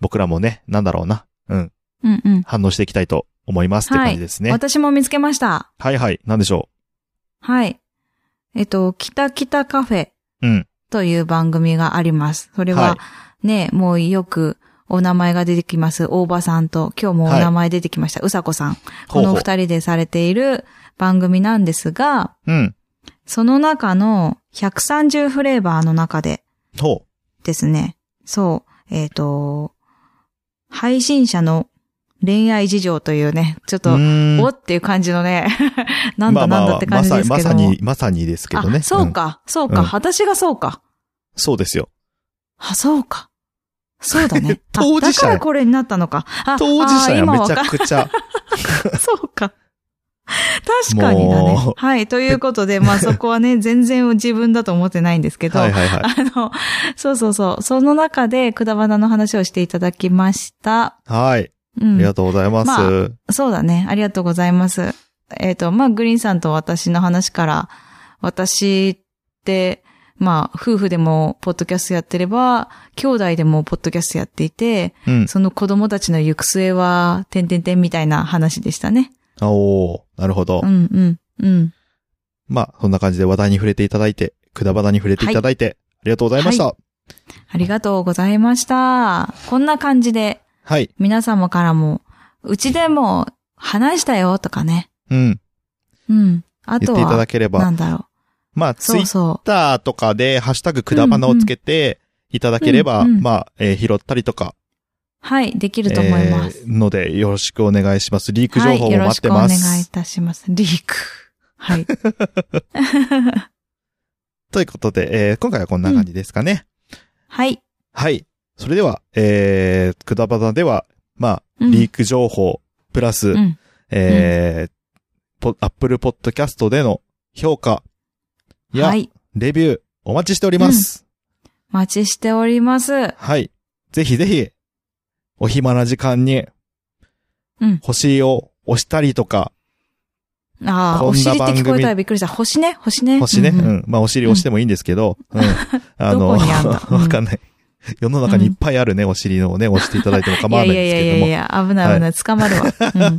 [SPEAKER 1] 僕らもね、なんだろうな、うん、
[SPEAKER 2] うんうん。
[SPEAKER 1] 反応していきたいと思いますって感じですね。はい、
[SPEAKER 2] 私も見つけました。
[SPEAKER 1] はい、なんでしょ
[SPEAKER 2] はい。えっと、きたきたカフェ
[SPEAKER 1] う。うん。
[SPEAKER 2] という番組があります。それ
[SPEAKER 1] は
[SPEAKER 2] は、ね、もうよくお名前が出てきます。大場さんと、今日もお名前出てきました。うさこさん。このお二人でされている番組なんですが、
[SPEAKER 1] うん。
[SPEAKER 2] その中の130フレーバーの中で
[SPEAKER 1] ほ
[SPEAKER 2] ですね、そう、えっ、と、配信者の恋愛事情というね、ちょっ
[SPEAKER 1] う。
[SPEAKER 2] と、
[SPEAKER 1] ん
[SPEAKER 2] おっていう感じのね、 なんだ
[SPEAKER 1] まあ
[SPEAKER 2] な
[SPEAKER 1] ま
[SPEAKER 2] ん
[SPEAKER 1] あ
[SPEAKER 2] だって感じです
[SPEAKER 1] ま
[SPEAKER 2] け
[SPEAKER 1] さ
[SPEAKER 2] ども。
[SPEAKER 1] まさに、まさにですけどね。
[SPEAKER 2] あ、そうか、そうか、
[SPEAKER 1] うん
[SPEAKER 2] 私がそうか。
[SPEAKER 1] うんそうですよ。
[SPEAKER 2] あ、そうか。そう だね。あ
[SPEAKER 1] 当事者
[SPEAKER 2] だからこれになったのか。あ
[SPEAKER 1] 当事者
[SPEAKER 2] あー
[SPEAKER 1] や
[SPEAKER 2] 今
[SPEAKER 1] め
[SPEAKER 2] わ
[SPEAKER 1] ちゃ
[SPEAKER 2] か
[SPEAKER 1] く ちゃ。
[SPEAKER 2] そうか。確かにだ
[SPEAKER 1] もう
[SPEAKER 2] ね。はい。ということ で、まあそこはね、全然自分だと思ってないんですけど、
[SPEAKER 1] はいはいは
[SPEAKER 2] あの、そうそうそう。その中で、くだばなの話をしていただきました。
[SPEAKER 1] い。はい。
[SPEAKER 2] う
[SPEAKER 1] あ
[SPEAKER 2] ん
[SPEAKER 1] り。がとうございます。
[SPEAKER 2] まそうだね。ありがとうございます。えっ、と、まあ、グリーンさんと私の話から、私って、まあ、夫婦でもポッドキャストやってれば、兄弟でもポッドキャストやっていて、
[SPEAKER 1] うん。
[SPEAKER 2] その子供たちの行く末は、てんてんてんみたいな話でしたね。
[SPEAKER 1] おーなるほど。
[SPEAKER 2] うんうん。うん。
[SPEAKER 1] まあ、そんな感じで話題に触れていただいて、くだばなに触れていただいて、ありがとうございました。はい。
[SPEAKER 2] ありがとうございました。こんな感じで、皆様からも、うちでも話したよとかね。
[SPEAKER 1] うん。
[SPEAKER 2] うん。あ
[SPEAKER 1] 言
[SPEAKER 2] と
[SPEAKER 1] っていただ
[SPEAKER 2] は、
[SPEAKER 1] けれ
[SPEAKER 2] な
[SPEAKER 1] ば。
[SPEAKER 2] んだろ
[SPEAKER 1] まあ、
[SPEAKER 2] う。
[SPEAKER 1] ツイ
[SPEAKER 2] そう
[SPEAKER 1] ッ
[SPEAKER 2] そ
[SPEAKER 1] ターとかで、ハッシュタグくだばなをつけて、いただければ、
[SPEAKER 2] うんうん
[SPEAKER 1] まあ、えー拾ったりとか、
[SPEAKER 2] う。はい、できると思います。
[SPEAKER 1] えーので、よろしくお願いします。リーク
[SPEAKER 2] は
[SPEAKER 1] 情
[SPEAKER 2] い、
[SPEAKER 1] 報
[SPEAKER 2] よ
[SPEAKER 1] も
[SPEAKER 2] ろ
[SPEAKER 1] 待っ
[SPEAKER 2] しく
[SPEAKER 1] て
[SPEAKER 2] お願
[SPEAKER 1] ま
[SPEAKER 2] いい
[SPEAKER 1] す。
[SPEAKER 2] たします。リーク。はい。
[SPEAKER 1] ということで、えー今回はこんな感じですかね。
[SPEAKER 2] はい。
[SPEAKER 1] はい。それでは、えー、くだばなでは、まあ、
[SPEAKER 2] うん
[SPEAKER 1] リーク情報、プラス、
[SPEAKER 2] うん。
[SPEAKER 1] えー、ポ、Apple Podcast での評価や、
[SPEAKER 2] はい。
[SPEAKER 1] レビュー、お待ちしております。
[SPEAKER 2] お待ちしております。
[SPEAKER 1] はい。ぜひぜひ、お暇な時間に、
[SPEAKER 2] うん
[SPEAKER 1] 星を押したりとか、
[SPEAKER 2] ああ、
[SPEAKER 1] こ
[SPEAKER 2] お
[SPEAKER 1] んな
[SPEAKER 2] 尻って
[SPEAKER 1] 番組
[SPEAKER 2] 聞こえたらびっくりした。星ね、星ね。
[SPEAKER 1] 星ね、
[SPEAKER 2] う
[SPEAKER 1] うんん、
[SPEAKER 2] うん
[SPEAKER 1] まあ、お尻押してもいいんですけど、うん。あの、
[SPEAKER 2] どこにあんだうん
[SPEAKER 1] わかんない。世の中にいっぱいあるね、お尻をね、押していただいても構わないん
[SPEAKER 2] いやい
[SPEAKER 1] ですけ
[SPEAKER 2] やい
[SPEAKER 1] れ
[SPEAKER 2] や
[SPEAKER 1] ど
[SPEAKER 2] いや
[SPEAKER 1] も
[SPEAKER 2] い。や、危ない危ない、捕まるわ。うん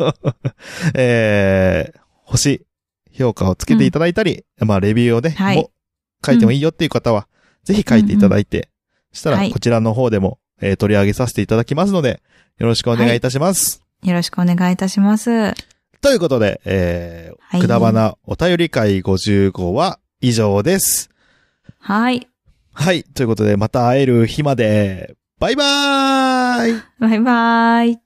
[SPEAKER 1] えー、星、評価をつけていただいたり、まあ、レビューをね、
[SPEAKER 2] はい
[SPEAKER 1] もう書いてもいいよっていう方は、ぜひ書いていただいて、した
[SPEAKER 2] は
[SPEAKER 1] ら、
[SPEAKER 2] い
[SPEAKER 1] こちらの方でも、えー取り上げさせていただきますので、よろしくお願いいたします。
[SPEAKER 2] よろしくお願いいたします。
[SPEAKER 1] ということで、えー
[SPEAKER 2] はい
[SPEAKER 1] くだばなお便り会55は以上です。
[SPEAKER 2] はい。
[SPEAKER 1] はい、ということで、また会える日まで、バイバーイ
[SPEAKER 2] バイバイ。